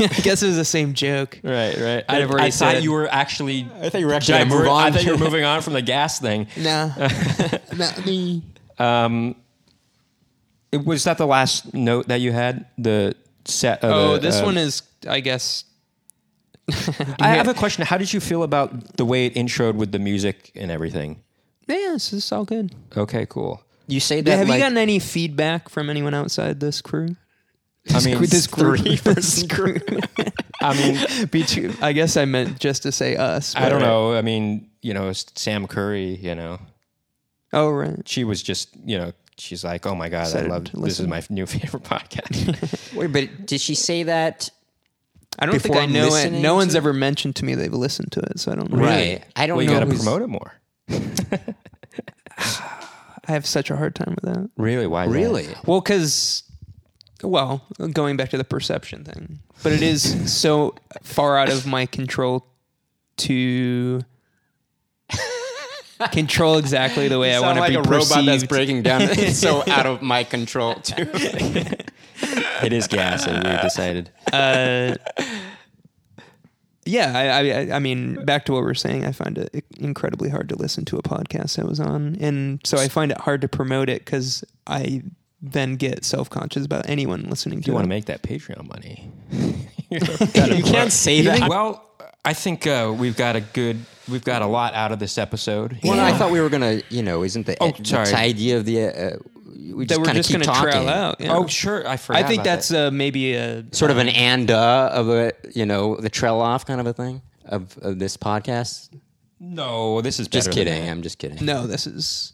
Speaker 2: I guess it was the same joke.
Speaker 3: Right, right.
Speaker 2: I'd have already
Speaker 3: I thought
Speaker 2: said-
Speaker 3: you were actually. I
Speaker 1: thought you were actually
Speaker 3: I
Speaker 1: gonna move on
Speaker 3: I thought you were
Speaker 1: to-
Speaker 3: moving on from the gas thing. Um,
Speaker 2: Nah, not me.
Speaker 3: It- Was that the last note that you had? The set. Of
Speaker 2: Oh,
Speaker 3: the,
Speaker 2: this
Speaker 1: uh,
Speaker 3: um,
Speaker 2: one is, I guess,
Speaker 3: I have a question. How did you feel about the way it introed with the music and everything?
Speaker 2: yeah. This is all good.
Speaker 3: Okay, cool.
Speaker 1: You say that.
Speaker 2: Have
Speaker 1: like,
Speaker 2: you gotten any feedback from anyone outside this crew?
Speaker 3: I mean,
Speaker 2: With this group,
Speaker 1: three
Speaker 2: this group.
Speaker 3: I mean,
Speaker 2: Be too- I guess I meant just to say us.
Speaker 3: I don't
Speaker 2: but-
Speaker 3: know. I mean, you know, Sam Curry. You know,
Speaker 2: Oh right.
Speaker 3: she was just, you know, she's like, oh my god,
Speaker 2: Excited
Speaker 3: I love
Speaker 2: to
Speaker 3: this is
Speaker 2: listen.
Speaker 3: my new favorite podcast.
Speaker 1: Wait, but did she say that?
Speaker 2: I don't
Speaker 1: Before
Speaker 2: think I know it.
Speaker 1: listening
Speaker 2: No one's
Speaker 1: to-
Speaker 2: ever mentioned to me they've listened to it, so I don't know.
Speaker 1: Right. I don't
Speaker 3: well, you
Speaker 1: know.
Speaker 3: got to
Speaker 1: who's-
Speaker 3: promote it more.
Speaker 2: I have such a hard time with that.
Speaker 3: Really? Why? is that?
Speaker 1: Really?
Speaker 2: Well, because, well, going back to the perception thing, but it is so far out of my control to control exactly the way I want to be perceived.
Speaker 1: breaking down. it's so out of my control too.
Speaker 3: It is gas, and we decided.
Speaker 2: yeah, I, I, I mean, back to what we we're saying, I find it incredibly hard to listen to a podcast I was on, and so I find it hard to promote it because I then get self conscious about anyone listening to
Speaker 3: you
Speaker 2: it.
Speaker 3: want to make that Patreon money.
Speaker 1: you can't say that.
Speaker 3: well, I think uh, we've got a good, we've got a lot out of this episode.
Speaker 1: well, no, I thought we were gonna. You know, isn't the, eh,
Speaker 3: Oh,
Speaker 1: the
Speaker 3: sorry.
Speaker 1: idea of the uh, we just
Speaker 2: that we're
Speaker 1: kinda
Speaker 2: just
Speaker 1: keep
Speaker 2: going to
Speaker 1: talking.
Speaker 2: trail out. yeah.
Speaker 3: Oh, sure, I forgot.
Speaker 2: I think
Speaker 3: about
Speaker 2: that's
Speaker 3: that.
Speaker 2: uh, maybe a
Speaker 1: Sort of an and uh of a you know the trail off kind of a thing of, of this podcast.
Speaker 3: no. This is
Speaker 1: Just
Speaker 3: better than
Speaker 1: kidding.
Speaker 3: that.
Speaker 1: I'm just kidding.
Speaker 2: No, this is.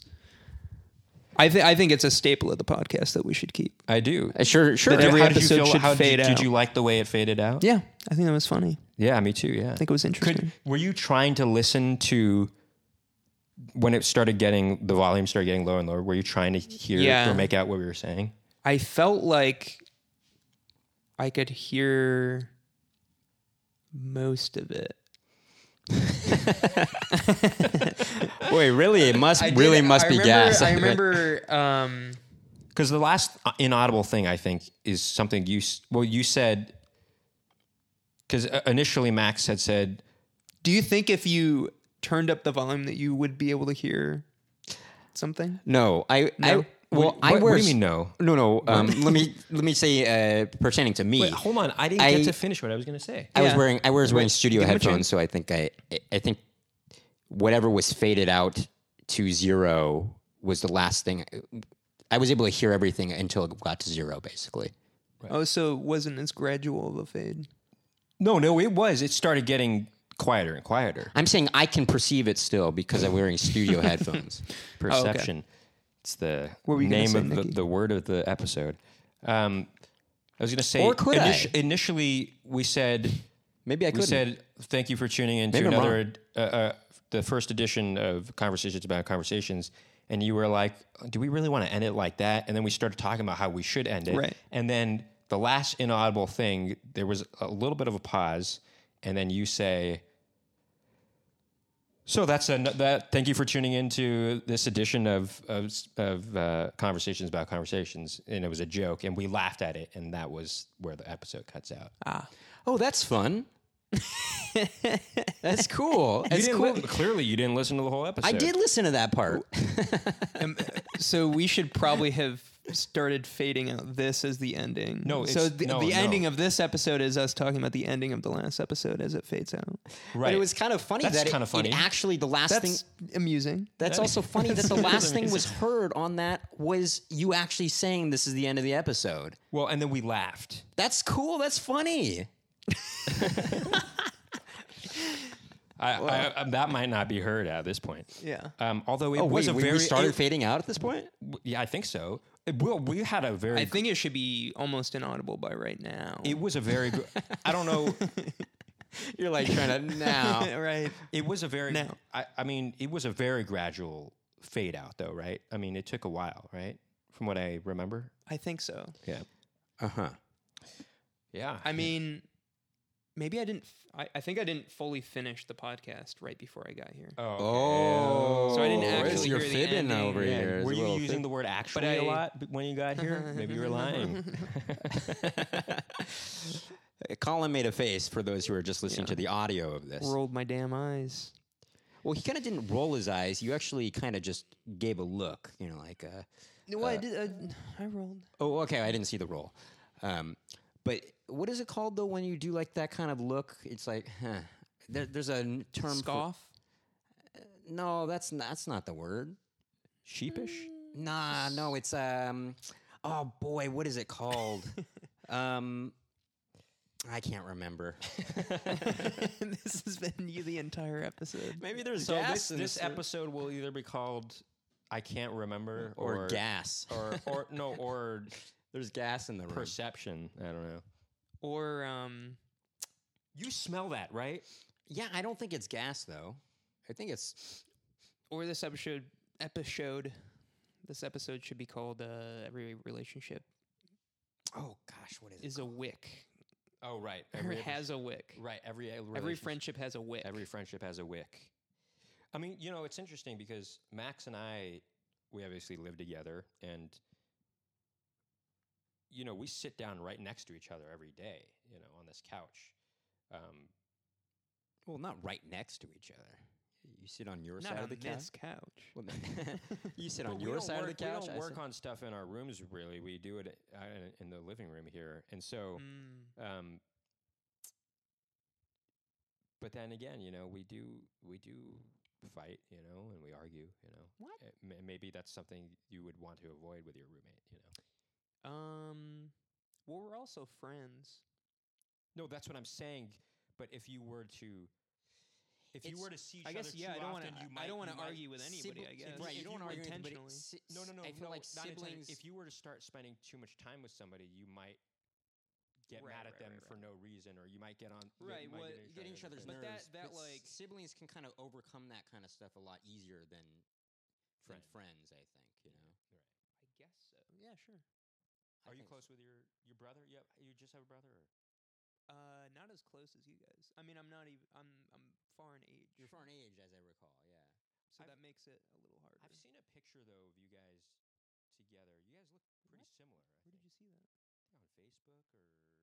Speaker 2: I think I think it's a staple of the podcast that we should keep.
Speaker 3: I do.
Speaker 1: Uh, Sure, sure.
Speaker 2: That every
Speaker 3: how
Speaker 2: episode
Speaker 3: did you feel,
Speaker 2: should
Speaker 3: how
Speaker 2: fade
Speaker 3: did, you-
Speaker 2: out.
Speaker 3: Did you like the way it faded out?
Speaker 2: Yeah, I think that was funny. I
Speaker 3: yeah, me too. Yeah, I
Speaker 2: think it was interesting.
Speaker 3: Could, were you trying to listen to when it started getting the volume started getting lower and lower? Were you trying to hear
Speaker 2: Yeah.
Speaker 3: or make out what we were saying?
Speaker 2: I felt like I could hear most of it.
Speaker 1: Wait, really? It must
Speaker 2: I did-
Speaker 1: really must
Speaker 2: I
Speaker 1: be
Speaker 2: remember,
Speaker 1: gas.
Speaker 2: I remember. Um,
Speaker 3: Because the last uh, inaudible thing I think is something you s- well you said. Because initially Max had said
Speaker 2: do you think if you turned up the volume that you would be able to hear something?
Speaker 1: No, I, I
Speaker 2: No?
Speaker 1: well,
Speaker 3: What-
Speaker 1: I
Speaker 3: what-
Speaker 1: wear.
Speaker 3: what do you
Speaker 1: s-
Speaker 3: mean no?
Speaker 1: No, no. Um, let me let me say uh, pertaining to me.
Speaker 3: Wait, hold on. I didn't
Speaker 1: I-
Speaker 3: get to finish what I was going to say.
Speaker 1: I was
Speaker 2: Yeah.
Speaker 1: wearing I was wearing studio
Speaker 2: give him a
Speaker 1: headphones,
Speaker 2: chance.
Speaker 1: so I think I I- I think whatever was faded out to zero was the last thing. I was able to hear everything until it got to zero, basically.
Speaker 2: Oh, so it wasn't as gradual of a fade.
Speaker 3: No, no, it was. It started getting quieter and quieter.
Speaker 1: I'm saying I can perceive it still because I'm wearing studio headphones.
Speaker 3: Perception. It's the
Speaker 2: were you gonna
Speaker 3: name
Speaker 2: say,
Speaker 3: of the,
Speaker 2: Nikki?
Speaker 3: the word of the episode. Um, I was going to say.
Speaker 1: Or could I?
Speaker 3: Initially, we said
Speaker 1: Maybe I
Speaker 3: we
Speaker 1: could.
Speaker 3: said thank you for tuning in
Speaker 1: Maybe
Speaker 3: to
Speaker 1: I'm
Speaker 3: another uh, uh, the first edition of Conversations About Conversations. And you were like, "Do we really want to end it like that?" And then we started talking about how we should end it.
Speaker 2: Right.
Speaker 3: And then the last inaudible thing, there was a little bit of a pause, and then you say. So that's an, that. Thank you for tuning in to this edition of of, of uh, conversations about conversations, and it was a joke, and we laughed at it, and that was where the episode cuts out.
Speaker 1: oh, that's fun. that's cool.
Speaker 3: You
Speaker 1: That's
Speaker 3: didn't
Speaker 1: cool.
Speaker 3: li- clearly, you didn't listen to the whole episode.
Speaker 1: I did listen to that part.
Speaker 2: Um, So we should probably have started fading out this as the ending.
Speaker 3: No, it's-
Speaker 2: so the,
Speaker 3: no,
Speaker 2: the
Speaker 3: no.
Speaker 2: ending of this episode is us talking about the ending of the last episode as it fades out.
Speaker 3: Right.
Speaker 1: But it was kind of funny
Speaker 3: That's
Speaker 1: that it,
Speaker 3: kinda
Speaker 1: it
Speaker 3: funny.
Speaker 1: actually the last thing
Speaker 2: That's amusing.
Speaker 1: That's also funny that the last thing was heard on that was you actually saying this is the end of the episode.
Speaker 3: well, and then we laughed.
Speaker 1: That's cool. That's funny.
Speaker 3: I, I, I, that might not be heard at this point.
Speaker 2: Yeah.
Speaker 3: Um, although it was
Speaker 1: Oh, Wait,
Speaker 3: a
Speaker 1: we, we
Speaker 3: very
Speaker 1: started
Speaker 3: it-
Speaker 1: fading out at this point.
Speaker 3: yeah, I think so. It- well, we had a very.
Speaker 2: I think it should be almost inaudible by right now.
Speaker 3: it was a very. gr- I don't know.
Speaker 1: You're like trying to now.
Speaker 2: right.
Speaker 3: It was a very.
Speaker 2: No.
Speaker 3: I, I mean, it was a very gradual fade out, though, right? I mean, it took a while, right? From what I remember.
Speaker 2: I think so.
Speaker 3: Yeah.
Speaker 1: Uh huh.
Speaker 3: Yeah.
Speaker 2: I mean, maybe I didn't. f- I, I think I didn't fully finish the podcast right before I got here.
Speaker 3: Oh.
Speaker 1: Oh,
Speaker 2: So I didn't
Speaker 1: it's
Speaker 2: actually
Speaker 1: you're
Speaker 2: hear the
Speaker 1: fibbing
Speaker 2: ending.
Speaker 1: over
Speaker 2: Yeah.
Speaker 1: here. It's
Speaker 3: Were
Speaker 1: a
Speaker 3: you
Speaker 1: little
Speaker 3: using
Speaker 1: fib-
Speaker 3: the word actually
Speaker 2: I-
Speaker 3: a lot b- when you got here? Maybe you were lying.
Speaker 1: Colin made a face for those who are just listening to the audio of this.
Speaker 2: Rolled my damn eyes.
Speaker 1: Well, he kind of didn't roll his eyes. You actually kind of just gave a look. You know, like. Uh,
Speaker 2: Well, I did. uh, I, I rolled.
Speaker 1: Oh, okay. I didn't see the roll. Um, but what is it called though when you do like that kind of look? It's like, huh. There, there's a n- term. for-
Speaker 2: Scoff.
Speaker 1: no, that's n- that's not the word.
Speaker 3: Sheepish.
Speaker 1: Nah, no, it's um. Oh boy, what is it called? um, I can't remember.
Speaker 2: this has been you the entire episode.
Speaker 1: Maybe there's
Speaker 3: So
Speaker 1: gas
Speaker 3: this,
Speaker 1: in
Speaker 3: this
Speaker 1: the-
Speaker 3: episode will either be called I can't remember
Speaker 1: or,
Speaker 3: or,
Speaker 1: gas.
Speaker 3: or or no or
Speaker 1: there's gas in the room.
Speaker 3: perception. I don't know.
Speaker 2: Or um,
Speaker 3: You smell that, right?
Speaker 1: yeah, I don't think it's gas though. I think it's
Speaker 2: or this episode episode. This episode should be called uh, "Every Relationship
Speaker 1: oh gosh, what is it?
Speaker 2: Is a Wick."
Speaker 3: Oh, right.
Speaker 2: Or has a wick.
Speaker 3: right every
Speaker 2: Every
Speaker 3: relationship-
Speaker 2: friendship has a wick.
Speaker 3: every friendship has a wick. I mean, you know, it's interesting because Max and I we obviously live together and you know, we sit down right next to each other every day, you know, on this couch. Um,
Speaker 1: Well, not right next to each other. You sit on your
Speaker 2: not
Speaker 1: side
Speaker 2: on
Speaker 1: of the couch.
Speaker 2: this couch.
Speaker 1: Well, you sit
Speaker 3: But
Speaker 1: on
Speaker 3: we
Speaker 1: your
Speaker 3: don't
Speaker 1: side of
Speaker 3: work-
Speaker 1: the couch.
Speaker 3: We
Speaker 1: I
Speaker 3: don't work
Speaker 1: sit-
Speaker 3: on stuff in our rooms really. We do it uh, in- in the living room here, and so.
Speaker 2: Mm.
Speaker 3: Um, but then again, you know, we do we do fight, you know, and we argue, you know.
Speaker 2: What?
Speaker 3: Uh, ma- Maybe that's something you would want to avoid with your roommate, you know.
Speaker 2: Um, well, we're also friends.
Speaker 3: No, that's what I'm saying. But if you were to, if you
Speaker 1: It's-
Speaker 3: were to see each
Speaker 2: I
Speaker 3: other
Speaker 2: guess yeah. I
Speaker 3: too
Speaker 2: don't want
Speaker 3: often, you
Speaker 2: to.
Speaker 3: might
Speaker 2: I don't
Speaker 3: want to
Speaker 2: argue with anybody. I
Speaker 1: Sibli-
Speaker 2: guess
Speaker 1: Right,
Speaker 3: If
Speaker 1: you don't
Speaker 3: you
Speaker 1: argue with anybody.
Speaker 2: intentionally.
Speaker 1: Si-
Speaker 3: No, no, no.
Speaker 1: I feel
Speaker 3: no,
Speaker 1: like
Speaker 3: not intentionally.
Speaker 1: siblings.
Speaker 3: If you were to start spending too much time with somebody, you might get
Speaker 2: Right,
Speaker 3: mad at
Speaker 2: right,
Speaker 3: them
Speaker 2: right,
Speaker 3: for no reason, or you might get on. you
Speaker 2: Right,
Speaker 3: might
Speaker 2: well,
Speaker 3: on
Speaker 1: Getting each other's
Speaker 2: But
Speaker 1: nerves.
Speaker 2: that- that,
Speaker 1: s-
Speaker 2: like-
Speaker 1: siblings can kind of overcome that kind of stuff a lot easier than than
Speaker 3: Friend.
Speaker 1: friends. I think you know.
Speaker 2: I guess so. Yeah, sure.
Speaker 1: I
Speaker 3: Are you
Speaker 1: think
Speaker 3: close with your your brother? Yeah, you just have a brother. Or?
Speaker 2: Uh, not as close as you guys. I mean, I'm not even. I'm I'm far in age.
Speaker 1: You're for an age, as I recall. Yeah.
Speaker 2: so that makes it a little harder.
Speaker 3: I've seen a picture though of you guys together. You guys look pretty
Speaker 2: What?
Speaker 3: similar. I
Speaker 2: Where
Speaker 3: think.
Speaker 2: did you see that?
Speaker 3: I think on Facebook or something.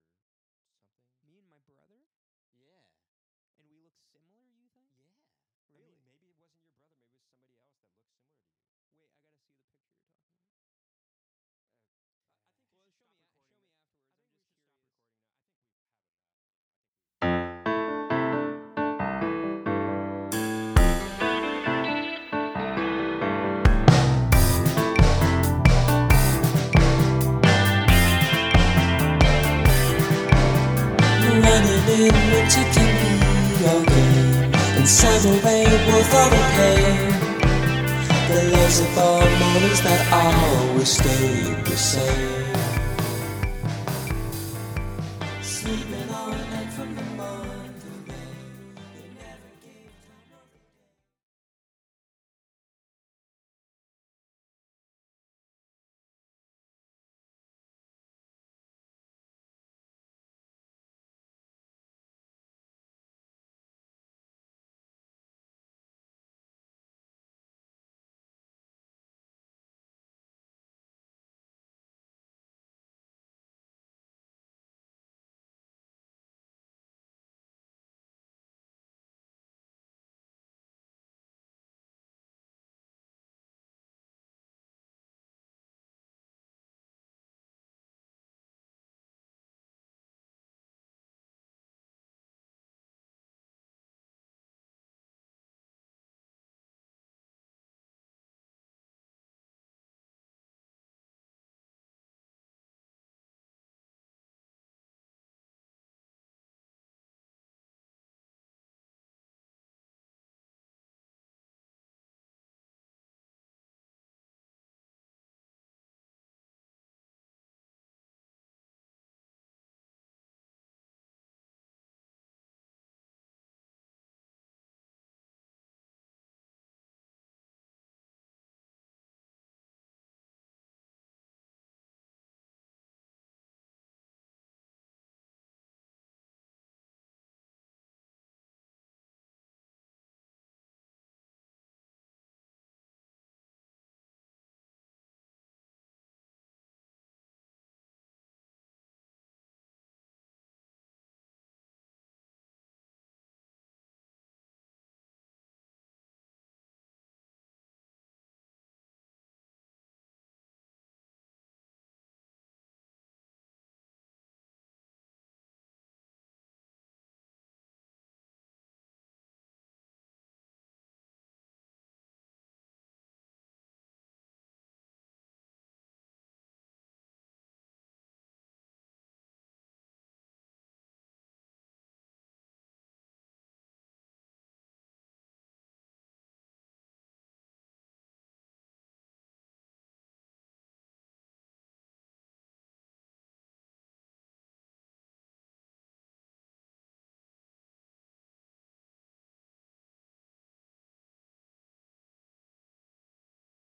Speaker 2: Me and my brother,
Speaker 1: Yeah.
Speaker 2: and we look similar. You think?
Speaker 1: Yeah.
Speaker 3: I
Speaker 2: Really?
Speaker 3: mean, maybe it wasn't your brother. Maybe it was somebody else that looked similar to you.
Speaker 2: Wait, I gotta see the picture you're talking about.
Speaker 3: I- Uh, I think
Speaker 2: Uh, Well, show me, show me afterwards. I'm just curious.
Speaker 3: we should stop recording this. I think we should stop recording now. I think we've had enough. I think we.
Speaker 4: Running in winter can be okay, and summer rain will throw the pain. The loves of our mornings that always stay the same.